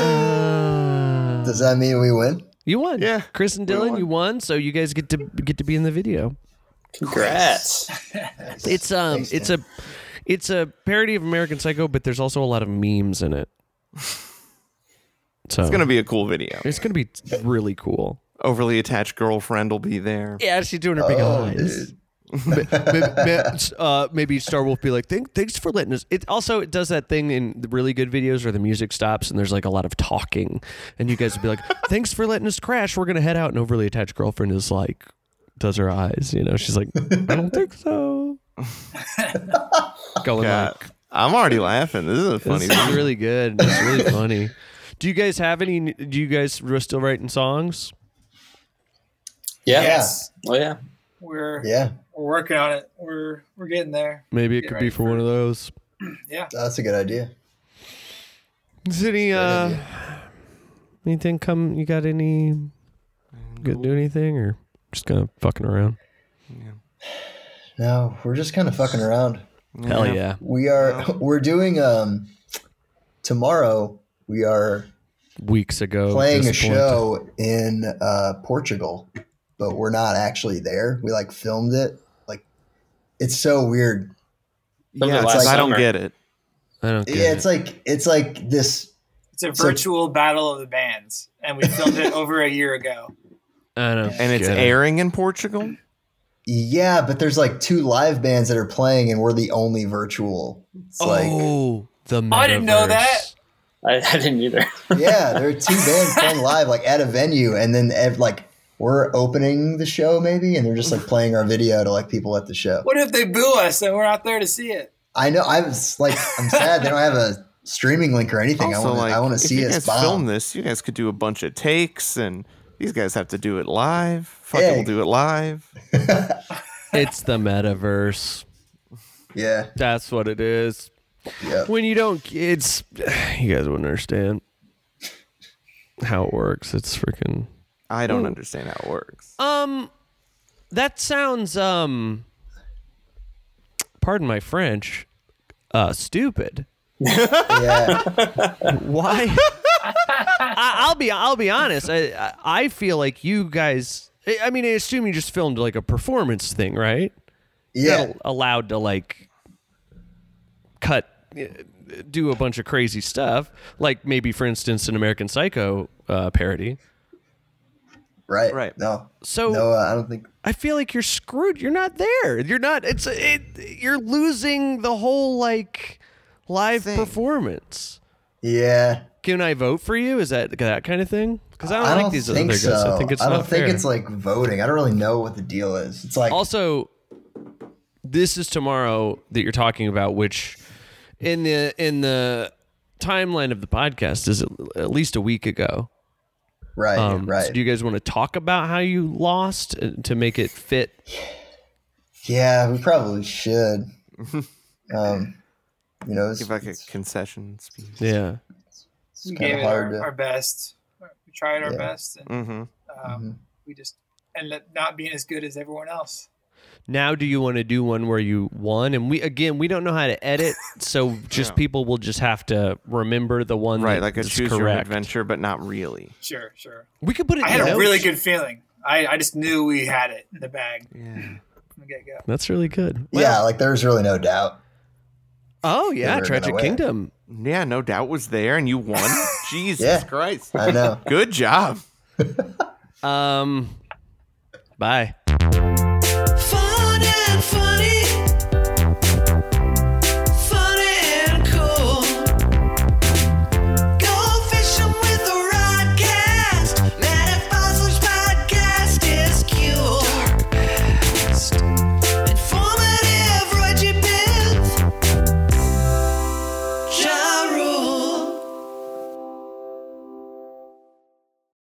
S1: Uh,
S3: Does that mean we win?
S1: you won.
S2: Yeah,
S1: Chris and Dylan, you won, so you guys get to get to be in the video.
S5: Congrats.
S1: It's um
S3: Thanks,
S1: it's a it's a parody of American Psycho, but there's also a lot of memes in it. So
S2: It's gonna be a cool video.
S1: it's gonna be really cool.
S2: Overly attached girlfriend will be there.
S1: Yeah, she's doing her big
S3: Oh,
S1: eyes.
S3: dude.
S1: Ma- ma- ma- uh, maybe Star Wolf be like, Thank, thanks for letting us. It also it does that thing in the really good videos where the music stops and there's like a lot of talking, and you guys would be like, thanks for letting us crash. We're gonna head out, and overly attached girlfriend is like, does her eyes, you know? She's like, I don't think so. Going
S2: God,
S1: like,
S2: I'm already laughing. This is a funny.
S1: this is
S2: video.
S1: really good. It's really funny. Do you guys have any? Do you guys are still writing songs?
S5: Yeah.
S4: Yes,
S5: Oh yeah.
S4: we're
S3: Yeah,
S4: we're working on it. We're we're getting there.
S1: Maybe it
S4: Yeah,
S1: could be
S4: right.
S1: for one of those.
S4: Yeah.
S3: that's a good idea.
S1: Is any
S3: Good
S1: uh
S3: idea.
S1: anything come you got any gonna do anything or just kind of fucking around?
S3: No, we're just kind of fucking around.
S1: Hell yeah.
S3: We are. We're doing um tomorrow. We are
S1: Weeks ago.
S3: playing a
S1: disappointed.
S3: show in uh, Portugal, but we're not actually there. We like filmed it. Like, it's so weird.
S5: Remember
S2: Yeah, it's
S5: last
S2: like, I don't
S5: summer?
S2: get it.
S1: I don't get
S3: Yeah,
S1: it.
S3: it's like it's like this.
S4: It's a
S3: So-
S4: virtual battle of the bands, and we filmed it over a year ago.
S1: I don't
S2: And it's
S1: get it.
S2: airing in Portugal.
S3: Yeah, but there's like two live bands that are playing, and we're the only virtual. It's like,
S1: Oh the metaverse.
S4: I didn't know that.
S5: I, I didn't either.
S3: yeah, there are two bands playing live, like at a venue, and then ev- like we're opening the show maybe, and they're just like playing our video to like people at the show.
S4: What if they boo us and we're out there to see it?
S3: I know. I was like, I'm sad they don't have a streaming link or anything. I
S2: Also,
S3: want to.
S2: like,
S3: I want to
S2: if
S3: see
S2: you
S3: us
S2: guys
S3: bomb.
S2: film this. You guys could do a bunch of takes, and these guys have to do it live. Fuck, it,
S3: Yeah.
S2: we'll do it live.
S1: It's the metaverse.
S3: Yeah.
S1: That's what it is.
S3: Yeah.
S1: When you don't it's you guys wouldn't understand how it works. It's freaking
S2: I don't understand how it works.
S5: Uh,
S1: Um, that sounds um. Pardon my French. Uh, stupid.
S3: Yeah.
S1: Why? I, I'll be I'll be honest. I I I feel like you guys. I- I mean, I assume you just filmed like a performance thing, right? You're
S3: Yeah,
S1: not allowed to like cut, uh, do a bunch of crazy stuff. Like maybe, for instance, an American Psycho uh, parody.
S3: right.
S2: Right.
S3: No,
S1: So
S3: no, uh, I don't think.
S1: I feel like you're screwed. You're not there. You're not. It's it. You're losing the whole like live
S2: Thing.
S1: performance.
S3: Yeah,
S1: Can I vote for you? Is that that kind of thing? Because I don't
S3: I
S1: like
S3: don't
S1: these
S3: think
S1: other
S3: so.
S1: guys. I think it's
S3: I don't
S1: not
S3: think
S1: fair.
S3: it's like voting. I don't really know what the deal is. It's like
S1: also this is tomorrow that you're talking about which in the in the timeline of the podcast is at least a week ago
S3: right,
S1: um
S3: right.
S1: so do you guys want to talk about how you lost uh, to make it fit
S3: yeah, we probably should. um, you know, it's,
S2: Give like a
S3: it's,
S2: concession speech.
S1: yeah
S3: it's kind
S4: gave
S3: of
S4: it
S3: hard
S4: our,
S3: to.
S4: our best. We tried our
S3: Yeah.
S4: best, and
S2: Mm-hmm.
S4: um,
S3: Mhm.
S4: we just ended up not being as good as everyone else.
S1: now do you want to do one where you won and we again we don't know how to edit so just
S2: Yeah.
S1: people will just have to remember the one
S2: Right,
S1: that
S2: like a
S1: is
S2: choose
S1: correct
S2: your own adventure, but not really.
S4: Sure, sure.
S1: we could put it
S4: I
S1: in
S4: had
S1: the
S4: a really
S1: notes.
S4: good feeling. I, I just knew we had it in the bag
S2: Yeah.
S4: from the get go.
S1: that's really good
S3: yeah, like there's really no doubt.
S1: oh yeah
S3: Never gonna
S1: tragic
S3: win.
S1: kingdom
S2: Yeah, no doubt was there, and you won. Jesus
S3: Yeah.
S2: Christ!
S3: I know.
S2: Good job.
S1: um bye
S6: Fun and funny.